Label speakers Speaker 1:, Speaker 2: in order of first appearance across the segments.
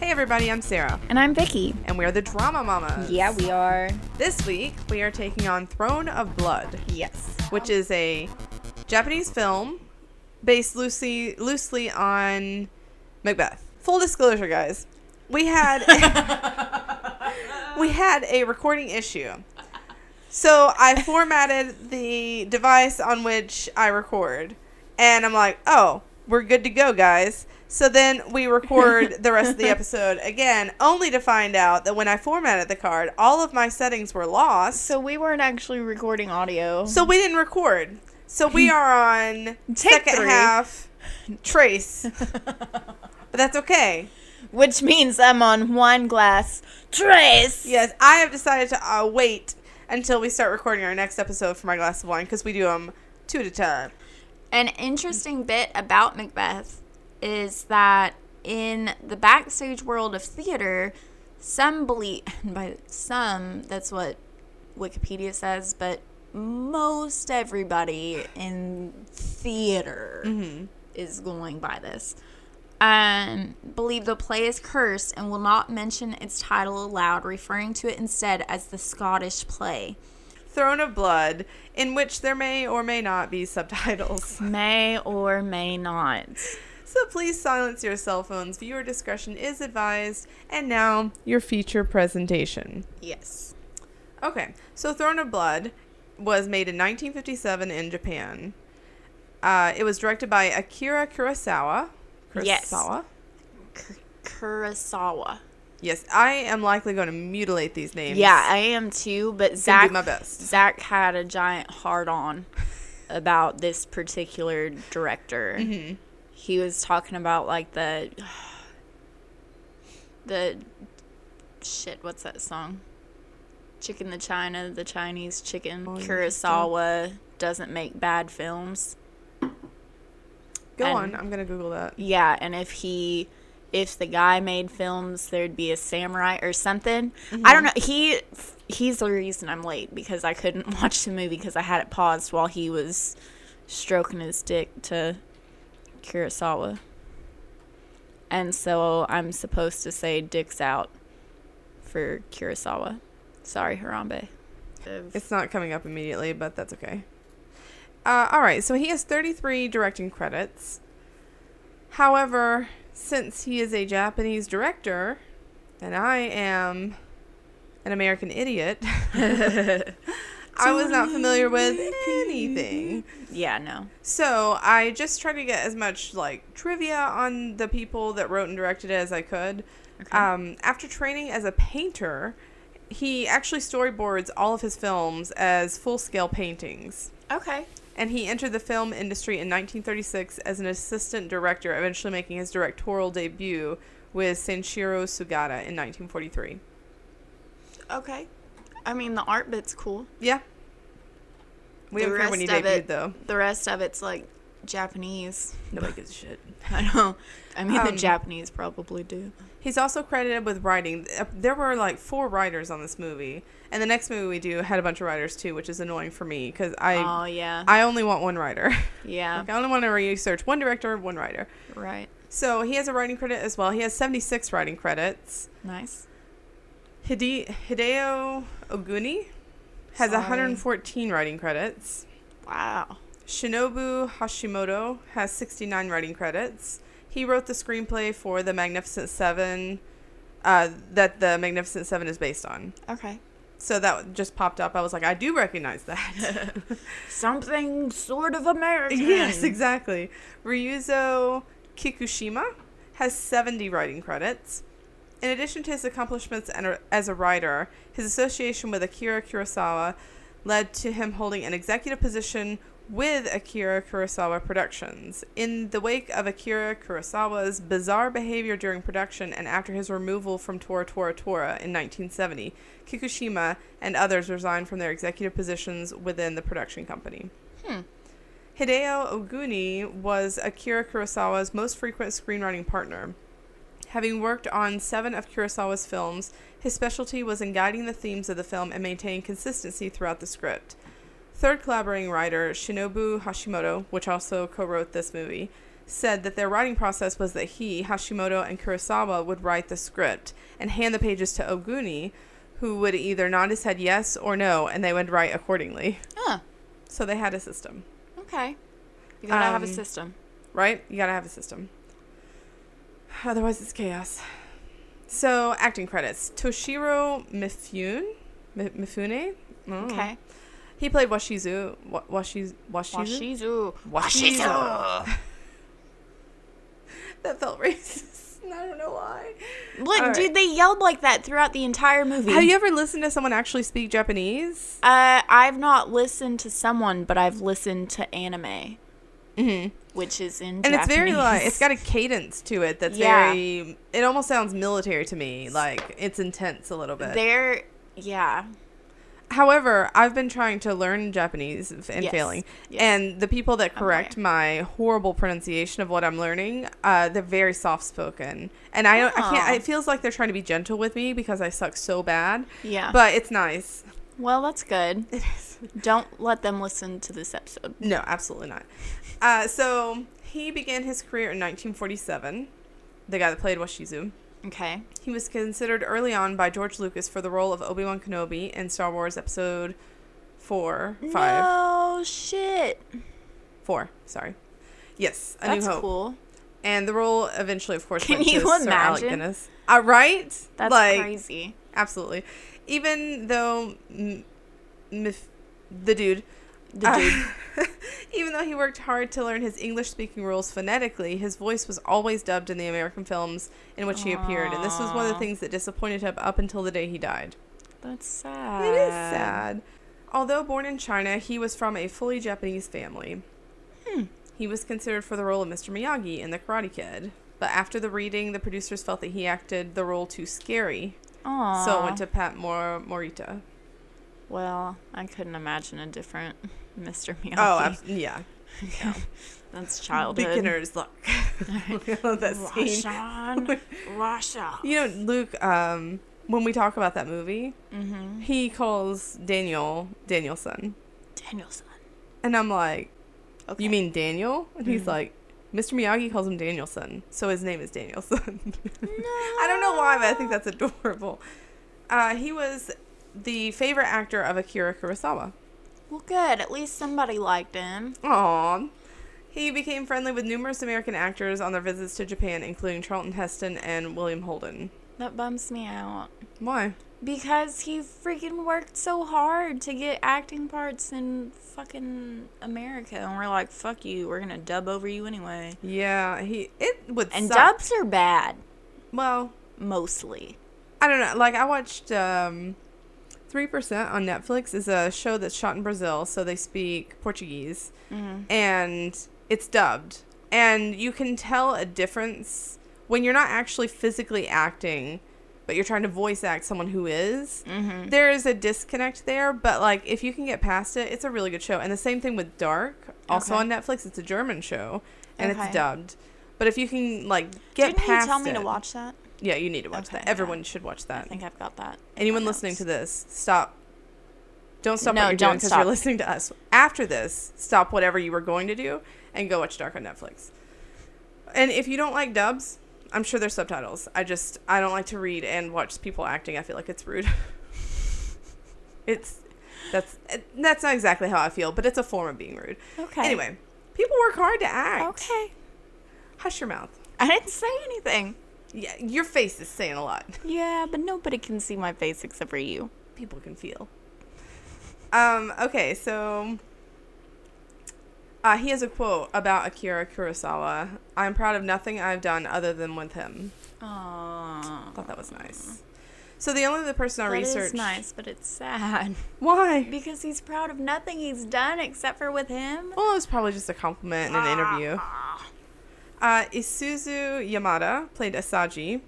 Speaker 1: Hey everybody, I'm Sarah,
Speaker 2: And I'm Vicky.
Speaker 1: and we're the Drama Mamas.
Speaker 2: Yeah, we are.
Speaker 1: This week we are taking on Throne of Blood,
Speaker 2: Yes.
Speaker 1: which is a Japanese film based loosely loosely on Macbeth. Full disclosure, guys, we had we had a recording issue. So I formatted the device on which I record, and I'm like, oh, we're good to go, guys. So then we record the rest of the episode again, only to find out that when I formatted the card, all of my settings were lost.
Speaker 2: So we weren't actually recording audio.
Speaker 1: So we didn't record. So we are on
Speaker 2: Take
Speaker 1: second
Speaker 2: three.
Speaker 1: half trace. but that's okay.
Speaker 2: Which means I'm on one glass trace.
Speaker 1: Yes, I have decided to uh, wait until we start recording our next episode for my glass of wine because we do them two at a time.
Speaker 3: An interesting bit about Macbeth is that in the backstage world of theater, some believe, and by some, that's what Wikipedia says, but most everybody in theater
Speaker 2: Mm-hmm.
Speaker 3: is going by this. Um, believe the play is cursed and will not mention its title aloud, referring to it instead as the Scottish play.
Speaker 1: Throne of Blood, in which there may or may not be subtitles.
Speaker 2: May or may not.
Speaker 1: So please silence your cell phones. Viewer discretion is advised. And now, your feature presentation.
Speaker 2: Yes.
Speaker 1: Okay, so Throne of Blood was made in 1957 in Japan. Uh, it was directed by Akira Kurosawa. Kurosawa.
Speaker 2: Yes.
Speaker 3: K- Kurosawa.
Speaker 1: Yes, I am likely going to mutilate these names.
Speaker 2: Yeah, I am too, but
Speaker 1: Gonna
Speaker 2: Zach
Speaker 1: do my best.
Speaker 2: Zach had a giant hard on about this particular director.
Speaker 1: Mm-hmm.
Speaker 2: He was talking about like the the shit. What's that song? Chicken the China, the Chinese chicken.
Speaker 1: Oh,
Speaker 2: Kurosawa doesn't make bad films.
Speaker 1: Go on.
Speaker 2: and-
Speaker 1: I'm going to Google that.
Speaker 2: Yeah, and if he if the guy made films, there'd be a samurai or something. I don't know. He he's the reason I'm late because I couldn't watch the movie because I had it paused while he was stroking his dick to Kurosawa. And so I'm supposed to say dicks out for Kurosawa. Sorry, Harambe.
Speaker 1: It's not coming up immediately, but that's okay. Uh, all right, so he has 33 directing credits. However, since he is a Japanese director, and I am an American idiot, I was not familiar with anything.
Speaker 2: Yeah, no.
Speaker 1: So I just tried to get as much like trivia on the people that wrote and directed it as I could.
Speaker 2: Okay.
Speaker 1: Um, after training as a painter, he actually storyboards all of his films as full scale paintings.
Speaker 2: Okay.
Speaker 1: And he entered the film industry in 1936 as an assistant director, eventually making his directorial debut with Sanshiro Sugata in 1943.
Speaker 2: Okay. I mean, the art bit's cool.
Speaker 1: Yeah. We
Speaker 3: The
Speaker 1: don't care when he
Speaker 3: rest of
Speaker 1: debuted,
Speaker 3: it-
Speaker 1: though.
Speaker 3: The rest of it's like Japanese.
Speaker 1: Nobody gives a shit.
Speaker 2: I know. I mean, the
Speaker 1: Um,
Speaker 2: Japanese probably do.
Speaker 1: He's also credited with writing. Uh, There were like four writers on this movie, and the next movie we do had a bunch of writers too, which is annoying for me because I
Speaker 2: oh yeah,
Speaker 1: I only want one writer.
Speaker 2: yeah,
Speaker 1: Like, I only want to research one director, one writer.
Speaker 2: right.
Speaker 1: So he has a writing credit as well. He has 76 writing credits.
Speaker 2: Nice.
Speaker 1: Hide- Hideo Oguni has
Speaker 2: Sorry.
Speaker 1: 114 writing credits.
Speaker 2: Wow.
Speaker 1: Shinobu Hashimoto has 69 writing credits. He wrote the screenplay for The Magnificent Seven uh, that The Magnificent Seven is based on.
Speaker 2: Okay.
Speaker 1: So that just popped up. I was like, I do recognize that.
Speaker 2: Something sort of American.
Speaker 1: yes, exactly. Ryuzo Kikushima has 70 writing credits. In addition to his accomplishments and- as a writer, his association with Akira Kurosawa led to him holding an executive position with Akira Kurosawa Productions. In the wake of Akira Kurosawa's bizarre behavior during production and after his removal from Tora Tora Tora in 1970, Kikushima and others resigned from their executive positions within the production company.
Speaker 2: Hmm.
Speaker 1: Hideo Oguni was Akira Kurosawa's most frequent screenwriting partner. Having worked on seven of Kurosawa's films, his specialty was in guiding the themes of the film and maintaining consistency throughout the script. Third collaborating writer, Shinobu Hashimoto, which also co wrote this movie, said that their writing process was that he, Hashimoto, and Kurosawa would write the script and hand the pages to Oguni, who would either nod his head yes or no, and they would write accordingly.
Speaker 2: Huh.
Speaker 1: So they had a system,
Speaker 2: Okay. You gotta have a
Speaker 1: Um,
Speaker 2: system.
Speaker 1: right? You gotta have a system. Otherwise, it's chaos. So, acting credits Toshiro Mifune. Mi- Mifune? Mm.
Speaker 2: Okay.
Speaker 1: He played Washizu. Wa- Washizu. Washizu.
Speaker 2: Washizu.
Speaker 1: Washizu. that felt racist. and I don't know why.
Speaker 2: Look,
Speaker 1: All right.
Speaker 2: dude, they yelled like that throughout the entire movie.
Speaker 1: Have you ever listened to someone actually speak Japanese?
Speaker 2: uh, I've not listened to someone, but I've listened to anime,
Speaker 1: Mm-hmm.
Speaker 2: which is in
Speaker 1: And it's very like
Speaker 2: Japanese.
Speaker 1: it's got a cadence to it that's
Speaker 2: Yeah.
Speaker 1: very. It almost sounds military to me. Like it's intense a little bit.
Speaker 2: They're yeah.
Speaker 1: However, I've been trying to learn Japanese f- and
Speaker 2: Yes.
Speaker 1: failing.
Speaker 2: Yes.
Speaker 1: And the people that
Speaker 2: I'm aware.
Speaker 1: correct my horrible pronunciation of what I'm learning, uh, they're very soft spoken, and I don't. I
Speaker 2: Oh.
Speaker 1: can't. It feels like they're trying to be gentle with me because I suck so bad.
Speaker 2: Yeah.
Speaker 1: But it's nice.
Speaker 2: well, that's good.
Speaker 1: It is.
Speaker 2: Don't let them listen to this episode.
Speaker 1: No, absolutely not. Uh, so he began his career in 1947. The guy that played Washizu.
Speaker 2: Okay.
Speaker 1: He was considered early on by George Lucas for the role of Obi Wan Kenobi in Star Wars Episode Four, Five,
Speaker 2: No shit.
Speaker 1: Four. Sorry. Yes, A
Speaker 2: That's
Speaker 1: New Hope.
Speaker 2: cool.
Speaker 1: And the role eventually, of course,
Speaker 2: Can
Speaker 1: went to
Speaker 2: you
Speaker 1: Sir Alec
Speaker 2: imagine?
Speaker 1: Guinness. Uh, right?
Speaker 2: That's
Speaker 1: like,
Speaker 2: crazy.
Speaker 1: Absolutely. Even though m- Mif- the dude
Speaker 2: The
Speaker 1: Uh,
Speaker 2: dude.
Speaker 1: Even though he worked hard to learn his English speaking rules phonetically, his voice was always dubbed in the American films in which he appeared, and this was one of the
Speaker 2: Aw.
Speaker 1: things that disappointed him up until the day he died.
Speaker 2: That's sad.
Speaker 1: It is sad. Although born in China, he was from a fully Japanese family.
Speaker 2: Hmm.
Speaker 1: He was considered for the role of Mr. Miyagi in The Karate Kid, but after the reading, the producers felt that he acted the role too scary,
Speaker 2: Aw.
Speaker 1: so it went to Pat Mor- Morita.
Speaker 2: Well, I couldn't imagine a different Mr. Miyagi.
Speaker 1: Oh, abs- yeah.
Speaker 2: that's childhood.
Speaker 1: Beginner's luck. I love that scene.
Speaker 2: Roshan, Russia.
Speaker 1: You know, Luke, um, when we talk about that movie,
Speaker 2: Mm-hmm.
Speaker 1: he calls Daniel Danielson.
Speaker 2: Danielson.
Speaker 1: And I'm like,
Speaker 2: Okay. Mm-hmm.
Speaker 1: You mean Daniel? And he's like, Mr. Miyagi calls him Danielson. So his name is Danielson. I don't know why, but I think that's adorable. Uh, he was the favorite actor of Akira Kurosawa.
Speaker 2: Well, good. At least somebody liked him.
Speaker 1: Aw. He became friendly with numerous American actors on their visits to Japan, including Charlton Heston and William Holden.
Speaker 2: That bums me out.
Speaker 1: Why?
Speaker 2: Because he freaking worked so hard to get acting parts in fucking America. And we're like, fuck you. We're going to dub over you anyway.
Speaker 1: Yeah, he it would
Speaker 2: And
Speaker 1: suck.
Speaker 2: dubs are bad,
Speaker 1: Well,
Speaker 2: mostly.
Speaker 1: I don't know. Like I watched um, Three Percent on Netflix is a show that's shot in Brazil, so they speak Portuguese,
Speaker 2: Mm-hmm.
Speaker 1: and it's dubbed, and you can tell a difference when you're not actually physically acting. But you're trying to voice act someone who is.
Speaker 2: Mm-hmm.
Speaker 1: There is a disconnect there, but like if you can get past it, it's a really good show. And the same thing with Dark, also
Speaker 2: Okay.
Speaker 1: on Netflix. It's a German show, and
Speaker 2: Okay.
Speaker 1: it's dubbed. But if you can like get
Speaker 2: Didn't
Speaker 1: past
Speaker 2: you tell me to
Speaker 1: it-
Speaker 2: watch that?
Speaker 1: yeah, you need to watch
Speaker 2: Okay,
Speaker 1: that.
Speaker 2: yeah.
Speaker 1: Everyone should watch
Speaker 2: I
Speaker 1: that.
Speaker 2: think I've got that.
Speaker 1: Anyone
Speaker 2: my
Speaker 1: listening
Speaker 2: notes.
Speaker 1: to this, stop. Don't stop
Speaker 2: No,
Speaker 1: what you're
Speaker 2: don't
Speaker 1: doing because
Speaker 2: stop.
Speaker 1: you're listening to us. After this, stop whatever you were going to do and go watch Dark on Netflix. And if you don't like dubs, I'm sure there's subtitles. I just I don't like to read and watch people acting. I feel like it's rude. it's that's it- that's not exactly how I feel, but it's a form of being rude.
Speaker 2: Okay.
Speaker 1: Anyway, people work hard to act.
Speaker 2: Okay.
Speaker 1: Hush your mouth.
Speaker 2: I didn't say anything.
Speaker 1: Yeah, your face is saying a lot.
Speaker 2: Yeah, but nobody can see my face except for you.
Speaker 1: people can feel. Um, okay, so uh, he has a quote about Akira Kurosawa. I'm proud of nothing I've done other than with him.
Speaker 2: Aww.
Speaker 1: Thought that was nice. So the only other person I
Speaker 2: That is
Speaker 1: researched.
Speaker 2: nice, but it's sad
Speaker 1: Why?
Speaker 2: because he's proud of nothing he's done except for with him.
Speaker 1: Well, it was probably just a compliment in an
Speaker 2: Ah.
Speaker 1: interview. Uh, Isuzu Yamada played Asagi.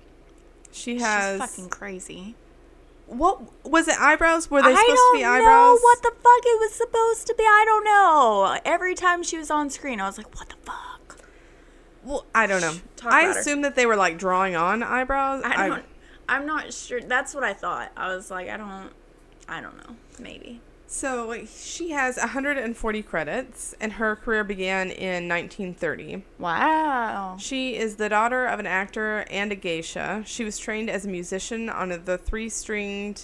Speaker 1: She has
Speaker 2: She's fucking crazy.
Speaker 1: what was it? Eyebrows? Were they supposed
Speaker 2: I
Speaker 1: to
Speaker 2: don't
Speaker 1: be
Speaker 2: know
Speaker 1: eyebrows?
Speaker 2: what the fuck it was supposed to be. I don't know. Every time she was on screen, I was like, what the fuck?
Speaker 1: Well, I don't know.
Speaker 2: Talk
Speaker 1: I
Speaker 2: about her.
Speaker 1: assume that they were like drawing on eyebrows.
Speaker 2: I don't. I'm not sure. That's what I thought. I was like, I don't. I don't know. Maybe.
Speaker 1: So she has 140 credits, and her career began in 1930.
Speaker 2: Wow.
Speaker 1: She is the daughter of an actor and a geisha. She was trained as a musician on the three stringed,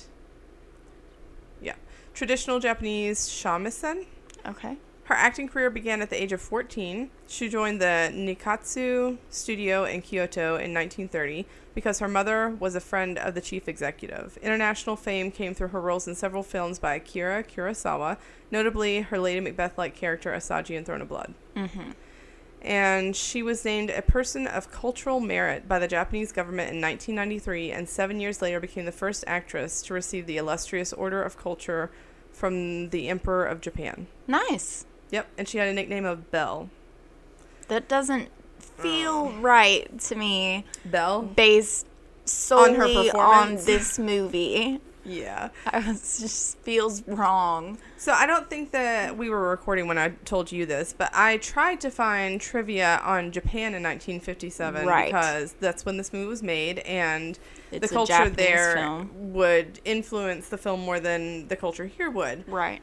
Speaker 1: yeah, traditional Japanese shamisen.
Speaker 2: Okay.
Speaker 1: Her acting career began at the age of 14. She joined the Nikatsu studio in Kyoto in 1930 because her mother was a friend of the chief executive. International fame came through her roles in several films by Akira Kurosawa, notably her Lady Macbeth like character Asagi in Throne of Blood.
Speaker 2: Mm-hmm.
Speaker 1: And she was named a person of cultural merit by the Japanese government in 1993 and seven years later became the first actress to receive the illustrious Order of Culture from the Emperor of Japan.
Speaker 2: Nice.
Speaker 1: Yep, and she had a nickname of Belle.
Speaker 2: That doesn't
Speaker 1: Oh.
Speaker 2: feel right to me
Speaker 1: Belle?
Speaker 2: based solely on,
Speaker 1: performance?
Speaker 2: this movie.
Speaker 1: Yeah.
Speaker 2: I was, just feels wrong.
Speaker 1: So I don't think that we were recording when I told you this, but I tried to find trivia on Japan in 1957
Speaker 2: Right.
Speaker 1: because that's when this movie was made, and the
Speaker 2: It's a
Speaker 1: culture
Speaker 2: Japanese
Speaker 1: there
Speaker 2: film.
Speaker 1: would influence the film more than the culture here would.
Speaker 2: Right.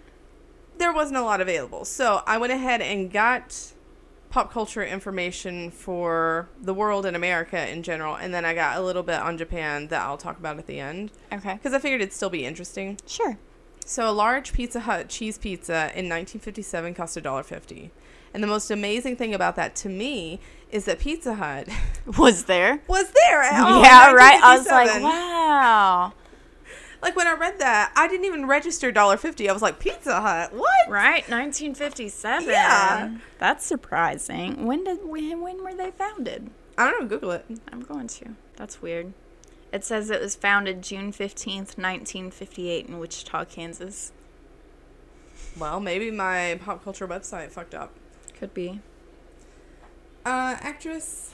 Speaker 1: There wasn't a lot available, so I went ahead and got pop culture information for the world and America in general, and then I got a little bit on Japan that I'll talk about at the end
Speaker 2: Okay.
Speaker 1: because I figured it'd still be interesting.
Speaker 2: Sure.
Speaker 1: So a large Pizza Hut cheese pizza in 1957 cost $1.50. And the most amazing thing about that to me is that Pizza Hut
Speaker 2: Was there?
Speaker 1: was there at all. in
Speaker 2: yeah, right. I was like,
Speaker 1: 1957.
Speaker 2: wow.
Speaker 1: Like when I read that, I didn't even register $1.50. I was like, Pizza Hut, what?
Speaker 2: Right, 1957.
Speaker 1: Yeah.
Speaker 2: That's surprising. When did when, when were they founded?
Speaker 1: I don't know, Google it.
Speaker 2: I'm going to. That's weird. It says it was founded June 15th, 1958 in Wichita, Kansas.
Speaker 1: Well, maybe my pop culture website fucked up.
Speaker 2: Could be.
Speaker 1: Uh, actress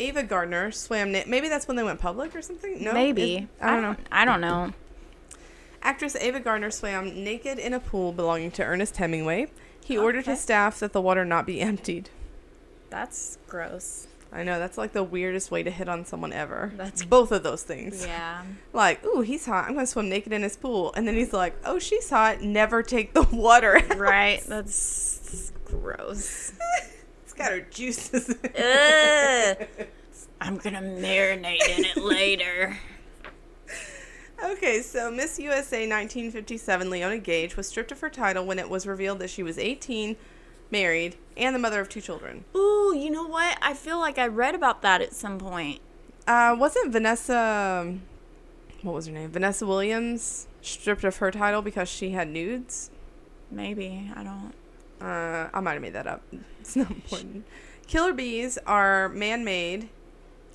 Speaker 1: Ava Gardner swam. Na- maybe that's when they went public or something? No.
Speaker 2: Maybe.
Speaker 1: it- I don't know.
Speaker 2: I don't know.
Speaker 1: Actress Ava Gardner swam naked in a pool belonging to Ernest Hemingway. He ordered
Speaker 2: Oh, Okay.
Speaker 1: his staff that the water not be emptied.
Speaker 2: That's gross.
Speaker 1: I know that's like the weirdest way to hit on someone ever.
Speaker 2: That's-
Speaker 1: both of those things.
Speaker 3: Yeah.
Speaker 1: Like, ooh, he's hot. I'm gonna swim naked in his pool, and then he's like, oh, she's hot. Never take the water. out.
Speaker 2: Right? That's gross.
Speaker 1: it's got her juices. in it.
Speaker 2: Ugh. I'm going to marinate in it later.
Speaker 1: okay, so Miss USA 1957, Leona Gage was stripped of her title when it was revealed that she was 18, married, and the mother of two children.
Speaker 2: Ooh, you know what? I feel like I read about that at some point.
Speaker 1: Uh, wasn't Vanessa, um, what was her name? Vanessa Williams stripped of her title because she had nudes.
Speaker 2: Maybe. I don't.
Speaker 1: Uh, I might have made that up. It's not important. Killer bees are man made.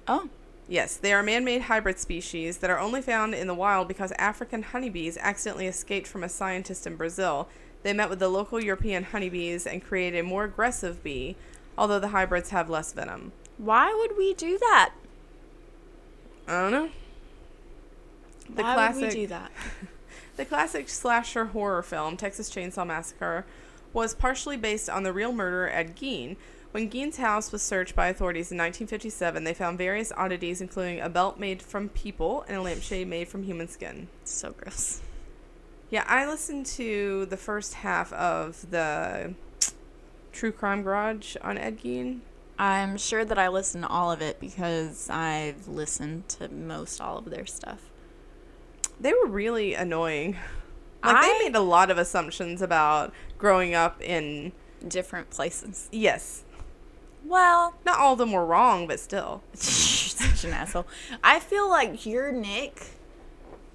Speaker 2: Oh.
Speaker 1: Yes, they are man made hybrid species that are only found in the wild because African honeybees accidentally escaped from a scientist in Brazil. They met with the local European honeybees and created a more aggressive bee, although the hybrids have less venom.
Speaker 2: Why would we do that?
Speaker 1: I don't know. The
Speaker 2: Why would
Speaker 1: classic-
Speaker 2: we do that?
Speaker 1: The classic slasher horror film, Texas Chainsaw Massacre, was partially based on the real murder at Gein. When Gein's house was searched by authorities in 1957, they found various oddities, including a belt made from people and a lampshade made from human skin.
Speaker 2: It's so gross.
Speaker 1: Yeah, I listened to the first half of the True Crime Garage on Ed Gein.
Speaker 2: I'm sure that I listened to all of it because I've listened to most all of their stuff.
Speaker 1: They were really annoying. Like,
Speaker 2: I-
Speaker 1: they made a lot of assumptions about growing up in.
Speaker 2: Different places.
Speaker 1: Yes.
Speaker 2: Well,
Speaker 1: Not all of them were wrong, but still.
Speaker 2: such an asshole. I feel like you're Nick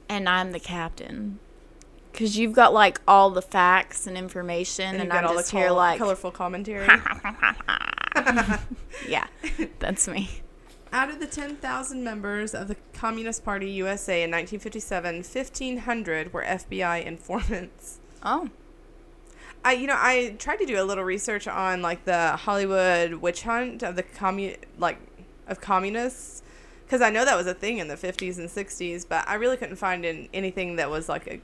Speaker 2: and I'm the captain. Because you've got like all the facts and information, and,
Speaker 1: you
Speaker 2: I'm
Speaker 1: get all the
Speaker 2: just here
Speaker 1: col-
Speaker 2: like,
Speaker 1: colorful commentary.
Speaker 2: yeah, that's me.
Speaker 1: Out of the 10,000 members of the Communist Party USA in 1957, 1,500 were FBI informants.
Speaker 2: Oh,
Speaker 1: I, you know, I tried to do a little research on like the Hollywood witch hunt of the commun, like, of communists, because I know that was a thing in the 50s and 60s, but I really couldn't find in anything that was like a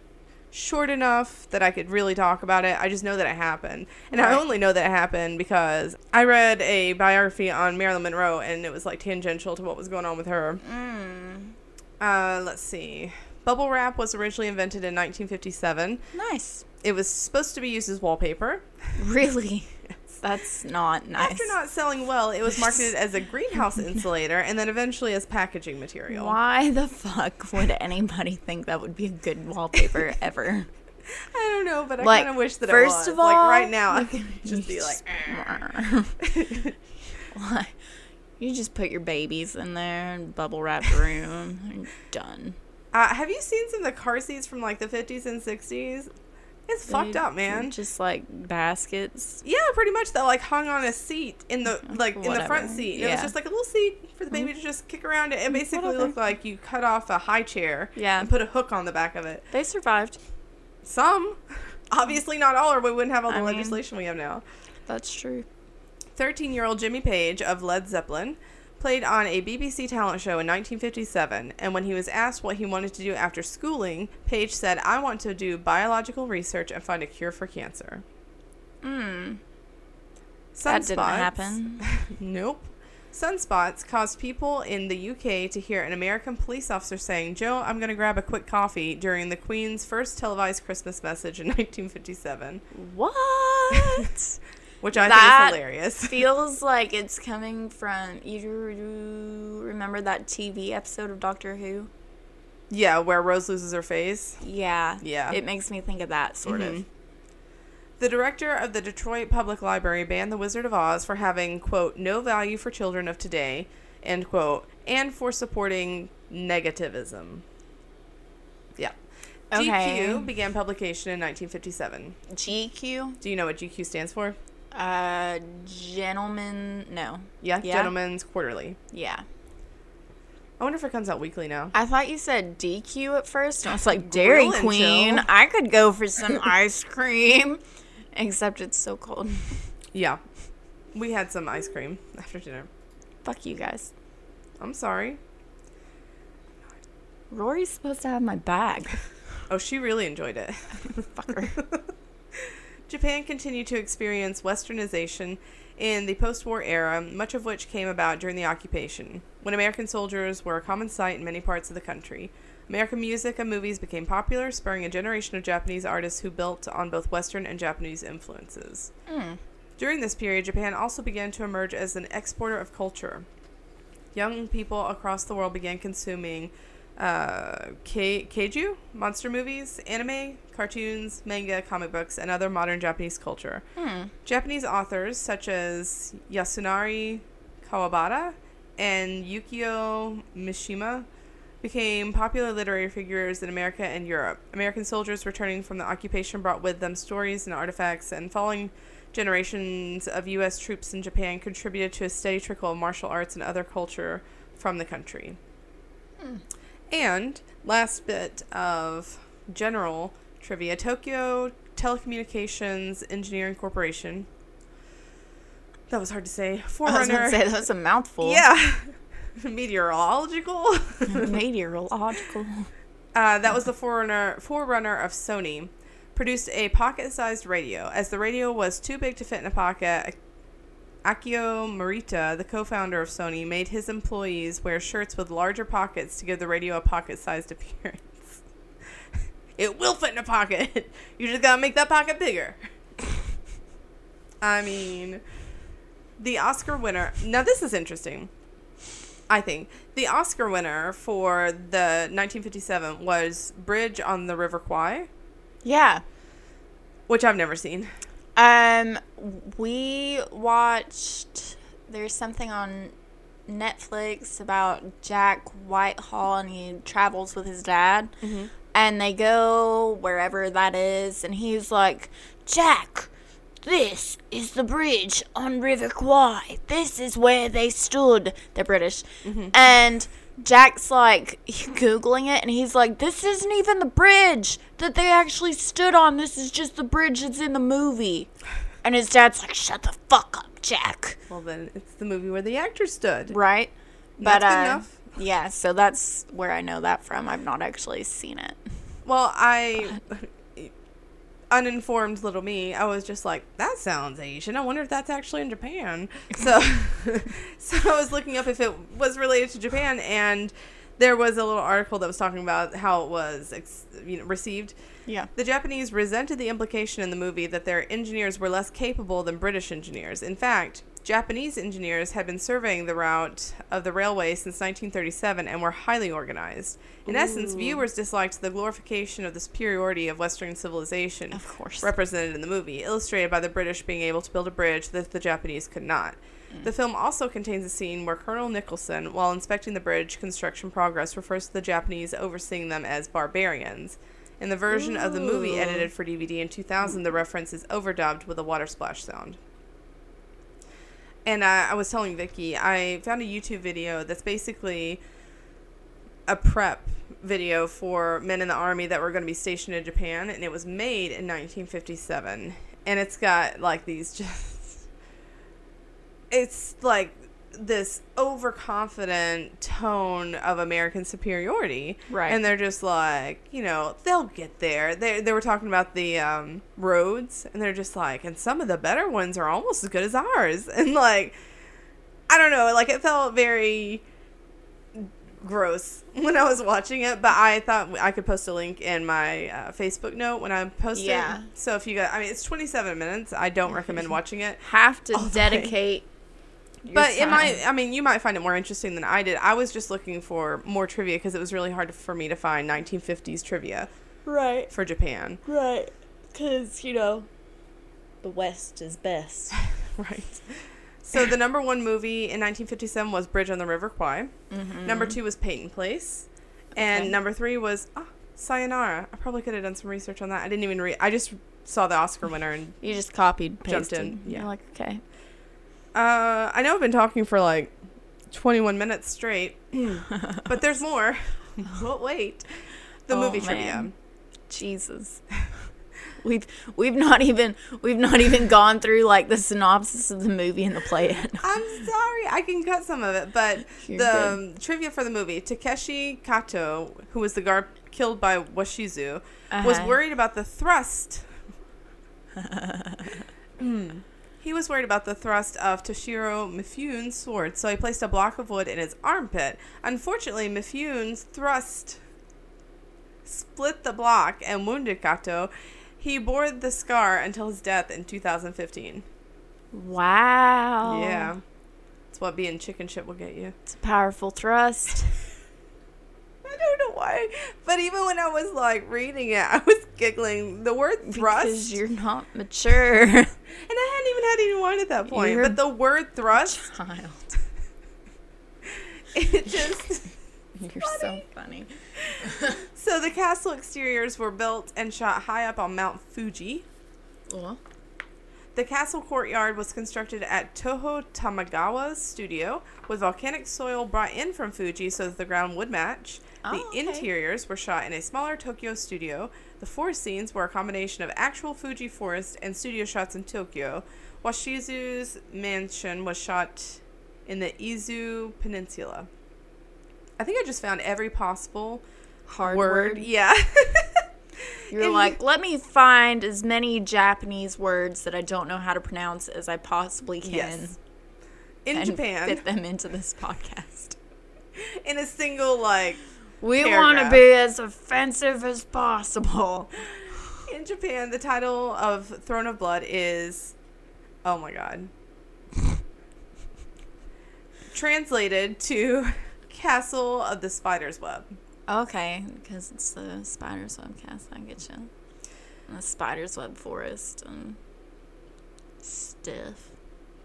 Speaker 1: short enough that I could really talk about it. I just know that it happened. And I
Speaker 2: Right.
Speaker 1: only know that it happened because I read a biography on Marilyn Mm. Monroe and it was like tangential to what was going on with her. Uh, let's see. Bubble wrap was originally invented in 1957.
Speaker 2: Nice.
Speaker 1: It was supposed to be used as wallpaper.
Speaker 2: Really? That's not nice.
Speaker 1: After not selling well, it was marketed as a greenhouse insulator and then eventually as packaging material.
Speaker 2: Why the fuck would anybody think that would be a good wallpaper ever?
Speaker 1: I don't know, but I
Speaker 2: Like,
Speaker 1: kind of wish that
Speaker 2: first
Speaker 1: it was.
Speaker 2: of
Speaker 1: like
Speaker 2: all,
Speaker 1: right now, I could just be like,
Speaker 2: Why? You just put your babies in there and bubble wrap room and done.
Speaker 1: uh, have you seen some of the car seats from like the 50s and 60s? It's fucked
Speaker 2: Dude,
Speaker 1: up, man.
Speaker 2: Just like baskets.
Speaker 1: Yeah, pretty much. That like hung on a seat in the like in the
Speaker 2: Whatever.
Speaker 1: front seat. It was
Speaker 2: Yeah. Mm-hmm.
Speaker 1: just like a little seat for the baby to just kick around. It basically
Speaker 2: Whatever.
Speaker 1: looked like you cut off a high chair
Speaker 2: Yeah.
Speaker 1: and put a hook on the back of it.
Speaker 2: They survived.
Speaker 1: Some, obviously not all, or we wouldn't have all the
Speaker 2: I mean-
Speaker 1: legislation we have now.
Speaker 2: That's true.
Speaker 1: 13 year old Jimmy Page of Led Zeppelin played on a BBC talent show in 1957, and when he was asked what he wanted to do after schooling, Page said, I want to do biological research and find a cure for cancer.
Speaker 2: Mm.
Speaker 1: Hmm. Sunspots,
Speaker 2: That didn't happen.
Speaker 1: Nope. Sunspots caused people in the UK to hear an American police officer saying, Joe, I'm going to grab a quick coffee during the Queen's first televised Christmas message in 1957,
Speaker 2: What?
Speaker 1: which I
Speaker 3: That
Speaker 1: think is hilarious.
Speaker 3: Feels like it's coming from you do remember that TV episode of Doctor Who?
Speaker 1: yeah, where Rose loses her face.
Speaker 3: Yeah.
Speaker 1: Yeah.
Speaker 3: It makes me think of that sort
Speaker 1: Mhm.
Speaker 3: of.
Speaker 2: Mm-hmm.
Speaker 1: The director of the Detroit Public Library banned The Wizard of Oz for having, quote, no value for children of today, end quote, and for supporting negativism. Yeah.
Speaker 2: Okay.
Speaker 1: GQ began publication in 1957.
Speaker 2: GQ?
Speaker 1: Do you know what GQ stands for?
Speaker 2: Uh, gentlemen. No.
Speaker 1: Yeah,
Speaker 2: Yeah.
Speaker 1: Gentleman's Quarterly.
Speaker 2: Yeah.
Speaker 1: I wonder if it comes out weekly now.
Speaker 2: I thought you said DQ at first, and I was like, Dairy
Speaker 1: Grill and
Speaker 2: Queen.
Speaker 1: chill.
Speaker 2: I could go for some ice cream, except it's so cold.
Speaker 1: Yeah. We had some ice cream after dinner.
Speaker 2: Fuck you guys.
Speaker 1: I'm sorry.
Speaker 2: Rory's supposed to have my bag.
Speaker 1: Oh, she really enjoyed it.
Speaker 2: Fucker.
Speaker 1: Japan continued to experience westernization in the post war era, much of which came about during the occupation, when American soldiers were a common sight in many parts of the country. American music and movies became popular, spurring a generation of Japanese artists who built on both Western and Japanese influences. During this period, Japan also began to emerge as an exporter of culture. Young people across the world began consuming uh, ke- keiju, monster movies, anime, cartoons, manga, comic books, and other modern Japanese culture. Japanese authors such as Yasunari Kawabata and Yukio Mishima became popular literary figures in America and Europe. American soldiers returning from the occupation brought with them stories and artifacts, and following generations of U.S. troops in Japan contributed to a steady trickle of martial arts and other culture from the country. And last bit of general trivia Tokyo Telecommunications Engineering Corporation. That was hard to say.
Speaker 2: I was
Speaker 1: Forerunner.
Speaker 2: gonna say that was a mouthful.
Speaker 1: yeah. Meteorological.
Speaker 2: Meteorological.
Speaker 1: Uh, that was the forerunner forerunner of Sony. Produced a pocket-sized radio. As the radio was too big to fit in a pocket, Akio Morita, the co-founder of Sony, made his employees wear shirts with larger pockets to give the radio a pocket-sized appearance. it will fit in a pocket. You just gotta make that pocket bigger. I mean, the Oscar winner. Now this is interesting. I think the Oscar winner for the 1957 was Bridge on the River Kwai,
Speaker 2: Yeah.
Speaker 1: which I've never seen.
Speaker 2: Um, we watched. There's something on Netflix about Jack Whitehall, and he travels with his dad, and they go wherever that is, and he's like, Jack. This is the bridge on River Kwai. This is where they stood. They're British. And Jack's like googling it and he's like this isn't even the bridge that they actually stood on. This is just the bridge that's in the movie. And his dad's like shut the fuck up, Jack.
Speaker 1: Well, then it's the movie where the actor stood.
Speaker 2: Right? uh,
Speaker 1: That's good enough.
Speaker 2: yeah, so that's where I know that from. I've not actually seen it.
Speaker 1: Well, I, uninformed little me, I was just like, that sounds Asian. I wonder if that's actually in Japan. So, so I was looking up if it was related to Japan, and there was a little article that was talking about how it was ex- you know, received.
Speaker 2: Yeah.
Speaker 1: The Japanese resented the implication in the movie that their engineers were less capable than British engineers. In fact, Japanese engineers had been surveying the route of the railway since 1937 and were highly organized. In essence, viewers disliked the glorification of the superiority of Western civilization
Speaker 2: Of course.
Speaker 1: represented in the movie, illustrated by the British being able to build a bridge that the Japanese could not.
Speaker 2: Mm.
Speaker 1: The film also contains a scene where Colonel Nicholson, while inspecting the bridge construction progress, refers to the Japanese overseeing them as barbarians. In the version of the movie
Speaker 2: Ooh.
Speaker 1: edited for DVD in 2000, the reference is overdubbed with a water splash sound. And I, I was telling Vicky, I found a YouTube video that's basically a prep video for men in the army that were going to be stationed in Japan, and it was made in 1957. And it's got like these just. It's like this overconfident tone of American superiority.
Speaker 2: Right.
Speaker 1: And they're just like, you know, they'll get there. They, they were talking about the um, roads, and they're just like, and some of the better ones are almost as good as ours. And like, I don't know, like it felt very gross when I was watching it, but I thought I could post a link in my uh, Facebook note when I post
Speaker 2: Yeah.
Speaker 1: it. So if you got, I mean, it's 27 minutes. I don't recommend watching it.
Speaker 2: Have to
Speaker 1: All the way.
Speaker 2: dedicate. your
Speaker 1: But it
Speaker 2: time.
Speaker 1: might, I mean, you might find it more interesting than I did. I was just looking for more trivia because it was really hard for me to find 1950s trivia
Speaker 2: Right.
Speaker 1: for Japan.
Speaker 2: Right. Because, you know, the West is best.
Speaker 1: Right. So the number one movie in 1957 was Bridge on the River Kwai. Number two was Peyton Place, and
Speaker 2: Mm-hmm. Okay.
Speaker 1: number three was ah, Sayonara. I probably could have done some research on that. I didn't even read. I just saw the Oscar winner, and
Speaker 2: You just copied,
Speaker 1: Jumped
Speaker 2: pasted.
Speaker 1: in, yeah.
Speaker 2: You're like, okay.
Speaker 1: uh, I know I've been talking for like 21 minutes straight, but there's more. but wait, the
Speaker 2: Oh,
Speaker 1: movie
Speaker 2: man.
Speaker 1: trivia.
Speaker 2: Jesus. We've we've not even we've not even gone through like the synopsis of the movie and the play yet.
Speaker 1: I'm sorry, I can cut some of it, but
Speaker 2: You're
Speaker 1: the
Speaker 2: good.
Speaker 1: um, trivia for the movie Takeshi Kato, who was the guard killed by Washizu, um, was
Speaker 2: Uh-huh.
Speaker 1: worried about the thrust. Mm. He was worried about the thrust of Toshiro Mifune's sword, so he placed a block of wood in his armpit. Unfortunately, Mifune's thrust split the block and wounded Kato. He bore the scar until his death in 2015.
Speaker 2: Wow.
Speaker 1: Yeah. It's what being chicken shit will get you.
Speaker 2: It's a powerful thrust.
Speaker 1: I don't know why, but even when I was like reading it, I was giggling. The word
Speaker 2: Because
Speaker 1: thrust,
Speaker 2: you're not mature.
Speaker 1: and I hadn't even had any wine at that point.
Speaker 2: You're-
Speaker 1: But the word thrust,
Speaker 2: Child.
Speaker 1: it just.
Speaker 2: You're so funny.
Speaker 1: So the castle exteriors were built and shot high up on Mount Fuji.
Speaker 2: Well,
Speaker 1: The castle courtyard was constructed at Toho Tamagawa's studio with volcanic soil brought in from Fuji so that the ground would match. the
Speaker 2: Oh, okay.
Speaker 1: interiors were shot in a smaller Tokyo studio. The forest scenes were a combination of actual Fuji forest and studio shots in Tokyo. Washizu's mansion was shot in the Izu Peninsula. I think I just found every possible
Speaker 2: hard
Speaker 1: word.
Speaker 2: word.
Speaker 1: Yeah.
Speaker 2: You're
Speaker 1: And-
Speaker 2: like, let me find as many Japanese words that I don't know how to pronounce as I possibly can.
Speaker 1: Yes. in
Speaker 2: and
Speaker 1: Japan,
Speaker 2: fit them into this podcast.
Speaker 1: in a single like
Speaker 2: We
Speaker 1: Paragraph.
Speaker 2: want to be as offensive as possible.
Speaker 1: In Japan, the title of Throne of Blood is Oh my god. Translated to Castle of the Spider's Web.
Speaker 2: Okay, because it's the spider's web cast. I get you. And the spider's web forest and stiff.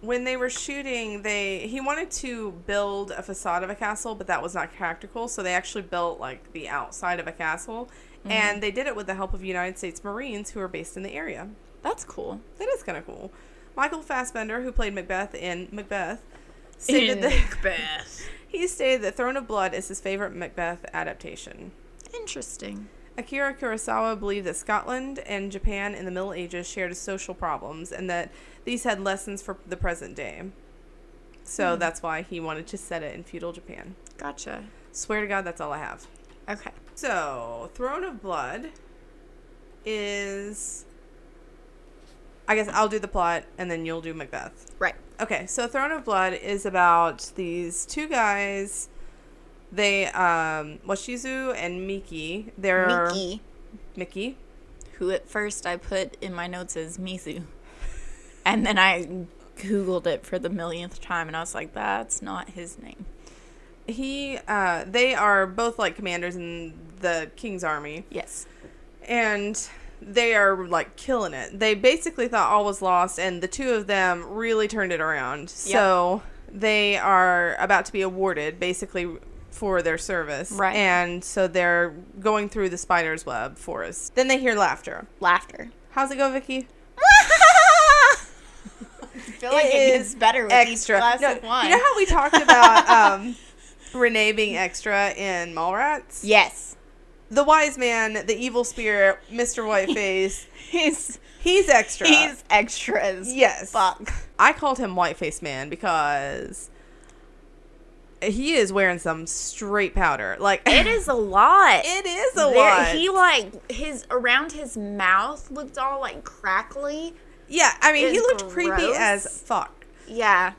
Speaker 1: When they were shooting, they he wanted to build a facade of a castle, but that was not practical, so they actually built like the outside of a castle. And they did it with the help of United States Marines who are based in the area.
Speaker 2: That's cool.
Speaker 1: That is kind of cool. Michael Fassbender, who played Macbeth in Macbeth, stated that
Speaker 2: Macbeth.
Speaker 1: He stated that Throne of Blood is his favorite Macbeth adaptation.
Speaker 2: Interesting.
Speaker 1: Akira Kurosawa believed that Scotland and Japan in the Middle Ages shared social problems and that these had lessons for the present day. So that's why he wanted to set it in feudal Japan.
Speaker 2: Gotcha.
Speaker 1: Swear to God, that's all I have.
Speaker 2: Okay.
Speaker 1: So, Throne of Blood is. I guess I'll do the plot and then you'll do Macbeth.
Speaker 2: Right.
Speaker 1: Okay, so Throne of Blood is about these two guys They um Washizu and Miki, they're
Speaker 3: Miki,
Speaker 1: Mickey.
Speaker 3: who at first I put in my notes as Mizu.
Speaker 2: And then I Googled it for the millionth time and I was like, that's not his name.
Speaker 1: He uh they are both like commanders in the king's army.
Speaker 2: Yes.
Speaker 1: and they are like killing it. They basically thought all was lost, and the two of them really turned it around. So they are about to be awarded basically for their service.
Speaker 2: Right.
Speaker 1: And so they're going through the spider's web forest. Then they hear laughter.
Speaker 2: Laughter.
Speaker 1: How's it go, Vicky?
Speaker 3: I feel like it,
Speaker 1: is
Speaker 3: gets better with
Speaker 1: Extra.
Speaker 3: each glass
Speaker 1: No,
Speaker 3: of wine.
Speaker 1: You know how we talked about um, Renee being extra in Mallrats?
Speaker 2: Yes.
Speaker 1: The wise man, the evil spirit, Mr. Whiteface,
Speaker 2: He's
Speaker 1: he's extra.
Speaker 2: he's extras.
Speaker 1: yes.
Speaker 2: Fuck.
Speaker 1: I called him White Face Man because he is wearing some straight powder. Like
Speaker 2: It is a lot.
Speaker 1: it is a
Speaker 2: There-
Speaker 1: lot.
Speaker 2: He like his around his mouth looked all like crackly.
Speaker 1: yeah, I mean, he
Speaker 2: is
Speaker 1: looked creepy
Speaker 2: gross.
Speaker 1: as fuck.
Speaker 2: Yeah.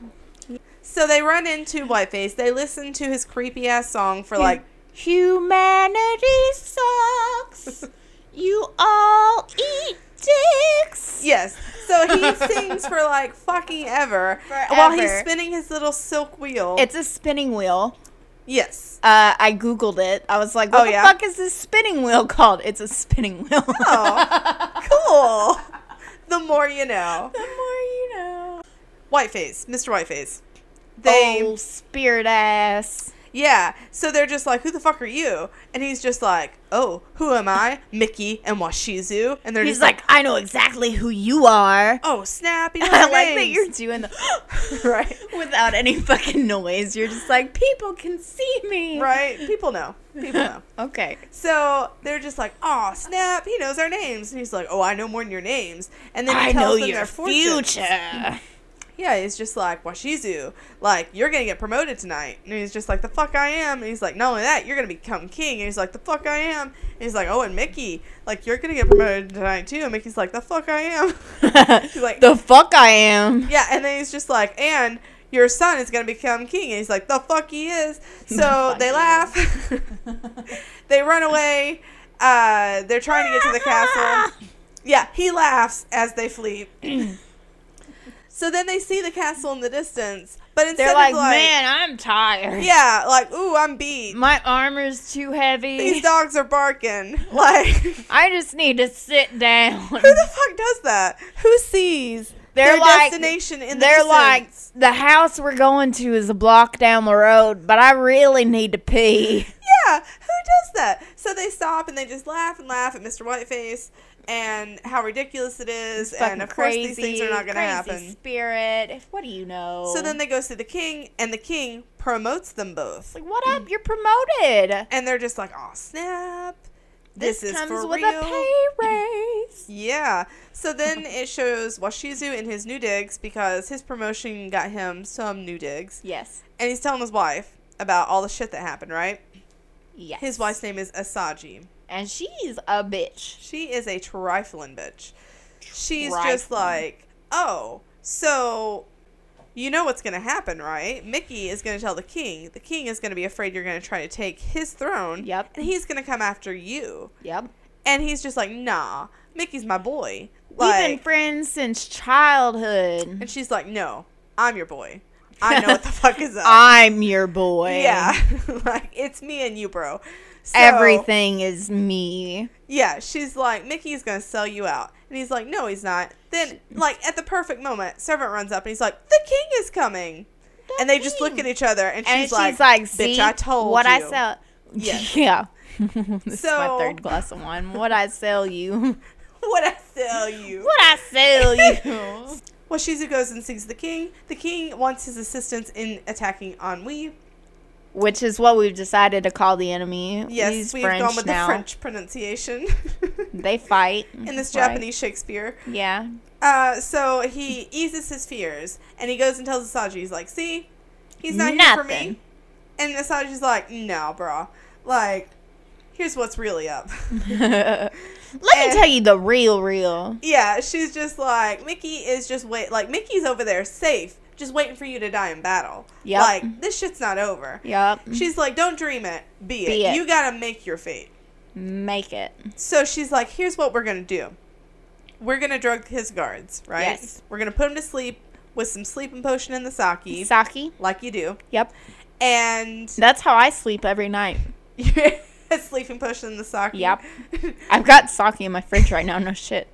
Speaker 1: So they run into Whiteface. They listen to his creepy ass song for like
Speaker 2: Humanity sucks. you all eat dicks.
Speaker 1: yes. So he sings for like fucking ever while he's
Speaker 2: Forever.
Speaker 1: spinning his little silk wheel.
Speaker 2: It's a spinning wheel.
Speaker 1: yes.
Speaker 2: Uh, I googled it. I was like, "What
Speaker 1: Oh,
Speaker 2: the
Speaker 1: yeah?
Speaker 2: fuck is this spinning wheel called?" It's a spinning wheel.
Speaker 1: Oh, cool. The more you know.
Speaker 2: the more you know.
Speaker 1: Whiteface, Mr. Whiteface.
Speaker 2: They
Speaker 1: They
Speaker 2: oh, spirit ass.
Speaker 1: Yeah. So they're just like, who the fuck are you? And he's just like, oh, who am I? Mickey and Washizu. And they're
Speaker 2: He's
Speaker 1: just like,
Speaker 2: like, "I know exactly who you are."
Speaker 1: oh, snap. You know
Speaker 2: I
Speaker 1: our
Speaker 2: like that
Speaker 1: names."
Speaker 2: you're doing the
Speaker 1: Right.
Speaker 2: without any fucking noise. You're just like, "People can see me."
Speaker 1: Right? People know. People know.
Speaker 2: Okay.
Speaker 1: So they're just like, oh, snap. He knows our names. And he's like, oh, I know more than your names. And then he
Speaker 2: I
Speaker 1: tells
Speaker 2: know
Speaker 1: them
Speaker 2: your
Speaker 1: their fortunes.
Speaker 2: future.
Speaker 1: Yeah, he's just like, Washizu, like, you're going to get promoted tonight. And he's just like, the fuck I am. And he's like, not only that, you're going to become king. And he's like, the fuck I am. And he's like, oh, and Mickey, like, you're going to get promoted tonight too. And Mickey's like, the fuck I am. He's like-
Speaker 2: the fuck I am.
Speaker 1: Yeah, and then he's just like, and your son is gonna become king, and he's like, the fuck he is. So
Speaker 2: Fuck
Speaker 1: Oh, they
Speaker 2: he
Speaker 1: laugh, they run away. Uh, they're trying to get to the castle. Yeah, he laughs as they flee. so then they see the castle in the distance, but instead
Speaker 2: They're like,
Speaker 1: of like,
Speaker 2: "Man, I'm tired.
Speaker 1: yeah, like, ooh, I'm beat.
Speaker 2: My armor's too heavy."
Speaker 1: These dogs are barking. Like, who
Speaker 2: I just need to sit down.
Speaker 1: the fuck does that? Who sees
Speaker 2: They're
Speaker 1: their
Speaker 2: like-
Speaker 1: destination in the
Speaker 2: They're like,
Speaker 1: distance?
Speaker 2: the house we're going to is a block down the road, but I really need to pee.
Speaker 1: Yeah, who does that? So they stop and they just laugh and laugh at Mr. Whiteface and how ridiculous it is. And of course, these things are not going to happen.
Speaker 2: Spirit, what do you know?
Speaker 1: So then they go see the king, and the king promotes them both.
Speaker 2: like, what up? You're promoted.
Speaker 1: And they're just like, oh, snap. This,
Speaker 2: This,
Speaker 1: is
Speaker 2: comes
Speaker 1: for
Speaker 2: with
Speaker 1: real.
Speaker 2: a pay raise.
Speaker 1: Yeah. So then it shows Washizu in his new digs because his promotion got him some new digs.
Speaker 2: yes.
Speaker 1: And he's telling his wife about all the shit that happened, right?
Speaker 2: Yes.
Speaker 1: His wife's name is Asaji.
Speaker 2: and she's a bitch.
Speaker 1: She is a trifling bitch. She's just
Speaker 2: Trifling.
Speaker 1: like, oh, so you know what's going to happen, right? Mickey is going to tell the king. The king is going to be afraid you're going to try to take his throne.
Speaker 2: Yep.
Speaker 1: And he's going to come after you.
Speaker 2: Yep.
Speaker 1: And he's just like, nah, Mickey's my boy.
Speaker 2: We've been
Speaker 1: Like,
Speaker 2: friends since childhood.
Speaker 1: and she's like, no, I'm your boy. I know what the fuck is up.
Speaker 2: I'm your boy.
Speaker 1: yeah. like, it's me and you, bro. So-
Speaker 2: Everything is me.
Speaker 1: Yeah, she's like, Mickey's gonna sell you out. And he's like, No, he's not. Then,
Speaker 2: mm.
Speaker 1: like, at the perfect moment, servant runs up and he's like, The king is coming. and they just look at each other and she's,
Speaker 2: and she's like,
Speaker 1: like, Bitch,
Speaker 2: "See
Speaker 1: I told
Speaker 2: what I
Speaker 1: you."
Speaker 2: sell.
Speaker 1: Yes.
Speaker 2: Yeah. this is
Speaker 1: So-
Speaker 2: my third glass of wine. What I sell you.
Speaker 1: What I sell you.
Speaker 2: What I sell you.
Speaker 1: Well, Shizu goes and sees the king. The king wants his assistance in attacking Ennui.
Speaker 2: Which is what we've decided to call the enemy.
Speaker 1: Yes,
Speaker 2: He's
Speaker 1: we've
Speaker 2: French
Speaker 1: gone with
Speaker 2: now.
Speaker 1: the French pronunciation
Speaker 2: They fight.
Speaker 1: in this
Speaker 2: Right.
Speaker 1: Japanese Shakespeare.
Speaker 2: Yeah.
Speaker 1: Uh, so he eases his fears and he goes and tells Asaji, he's like, see, he's not here for me.
Speaker 2: Nothing.
Speaker 1: And Asaji's like, no, bro. Like, here's what's really up.
Speaker 2: Let
Speaker 1: And-
Speaker 2: me tell you the real, real.
Speaker 1: yeah, she's just like, Mickey is just wait, like, Mickey's over there safe. just waiting for you to die in battle.
Speaker 2: Yep.
Speaker 1: Like this shit's not over.
Speaker 2: Yep.
Speaker 1: She's like, don't dream it, be it.
Speaker 2: Mm-hmm. Be it.
Speaker 1: You gotta make your fate.
Speaker 2: Make it.
Speaker 1: So she's like, here's what we're gonna do. We're gonna drug his guards, right?
Speaker 2: Yes.
Speaker 1: We're gonna put him to sleep with some sleeping potion in the sake,
Speaker 2: Saki.
Speaker 1: like you do,
Speaker 2: Yep.
Speaker 1: and
Speaker 2: That's how I sleep every night.
Speaker 1: sleeping potion in the sake.
Speaker 2: Yep. I've got sake in my fridge right now. No shit.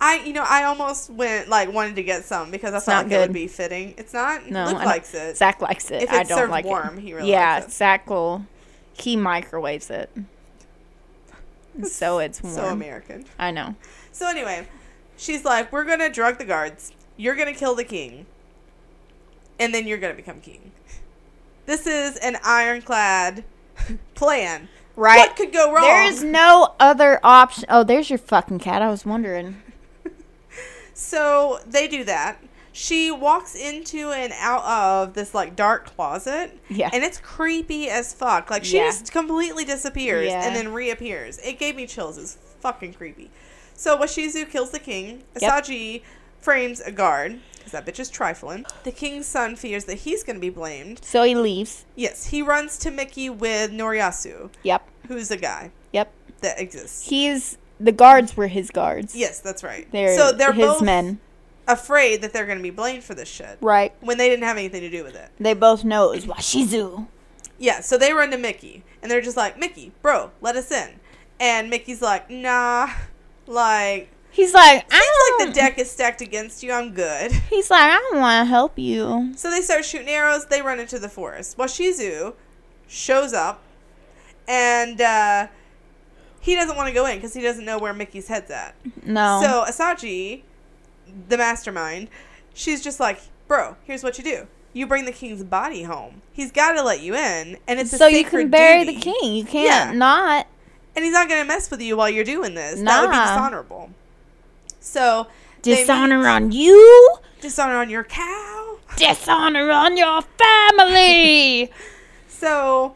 Speaker 1: I, you know, I almost went like wanted to get some because I felt
Speaker 2: not
Speaker 1: like it would
Speaker 2: good.
Speaker 1: be fitting. It's not.
Speaker 2: No, I
Speaker 1: Luke
Speaker 2: don't-
Speaker 1: likes it.
Speaker 2: Zach likes it.
Speaker 1: If
Speaker 2: I
Speaker 1: it's
Speaker 2: don't
Speaker 1: served
Speaker 2: like
Speaker 1: warm,
Speaker 2: it.
Speaker 1: he really
Speaker 2: yeah,
Speaker 1: likes it.
Speaker 2: Zach will. He microwaves it, so it's warm.
Speaker 1: so American.
Speaker 2: I know.
Speaker 1: So anyway, she's like, "We're gonna drug the guards. You're gonna kill the king, and then you're gonna become king." This is an ironclad plan.
Speaker 2: Right.
Speaker 1: What could go wrong?
Speaker 2: There is no other option. Oh, there's your fucking cat. I was wondering.
Speaker 1: So they do that. She walks into and out of this like dark closet.
Speaker 2: Yeah.
Speaker 1: And it's creepy as fuck. Like she
Speaker 2: Yeah.
Speaker 1: just completely disappears
Speaker 2: Yeah.
Speaker 1: and then reappears. It gave me chills. It's fucking creepy. So Washizu kills the king.
Speaker 2: Yep.
Speaker 1: Asaji frames a guard because that bitch is trifling. The king's son fears that he's going to be blamed.
Speaker 2: So he leaves.
Speaker 1: Yes, he runs to Mickey with Noriyasu,
Speaker 2: Yep.
Speaker 1: who's a guy
Speaker 2: Yep.
Speaker 1: that exists.
Speaker 2: He's the guards were his guards.
Speaker 1: Yes, that's right.
Speaker 2: They're,
Speaker 1: so they're
Speaker 2: his
Speaker 1: both
Speaker 2: men.
Speaker 1: afraid that they're going to be blamed for this shit.
Speaker 2: Right.
Speaker 1: when they didn't have anything to do with it.
Speaker 2: They both know it was Washizu.
Speaker 1: Yeah, so they run to Mickey and they're just like, Mickey, bro, let us in. And Mickey's like, nah, like,
Speaker 2: He's like, I
Speaker 1: it's like
Speaker 2: don't.
Speaker 1: the deck is stacked against you. I'm good.
Speaker 2: he's like, I don't want to help you.
Speaker 1: So they start shooting arrows. They run into the forest. Washizu shows up and uh, he doesn't want to go in because he doesn't know where Mickey's head's at.
Speaker 2: No.
Speaker 1: So Asaji, the mastermind, she's just like, bro, here's what you do. You bring the king's body home. He's got to let you in, and it's a
Speaker 2: so you can
Speaker 1: sacred
Speaker 2: bury
Speaker 1: duty.
Speaker 2: the king. You can't
Speaker 1: Yeah.
Speaker 2: not.
Speaker 1: and he's not going to mess with you while you're doing this. That would be
Speaker 2: Nah.
Speaker 1: dishonorable. So they meet-
Speaker 2: Dishonor on you.
Speaker 1: dishonor on your cow.
Speaker 2: Dishonor on your family.
Speaker 1: So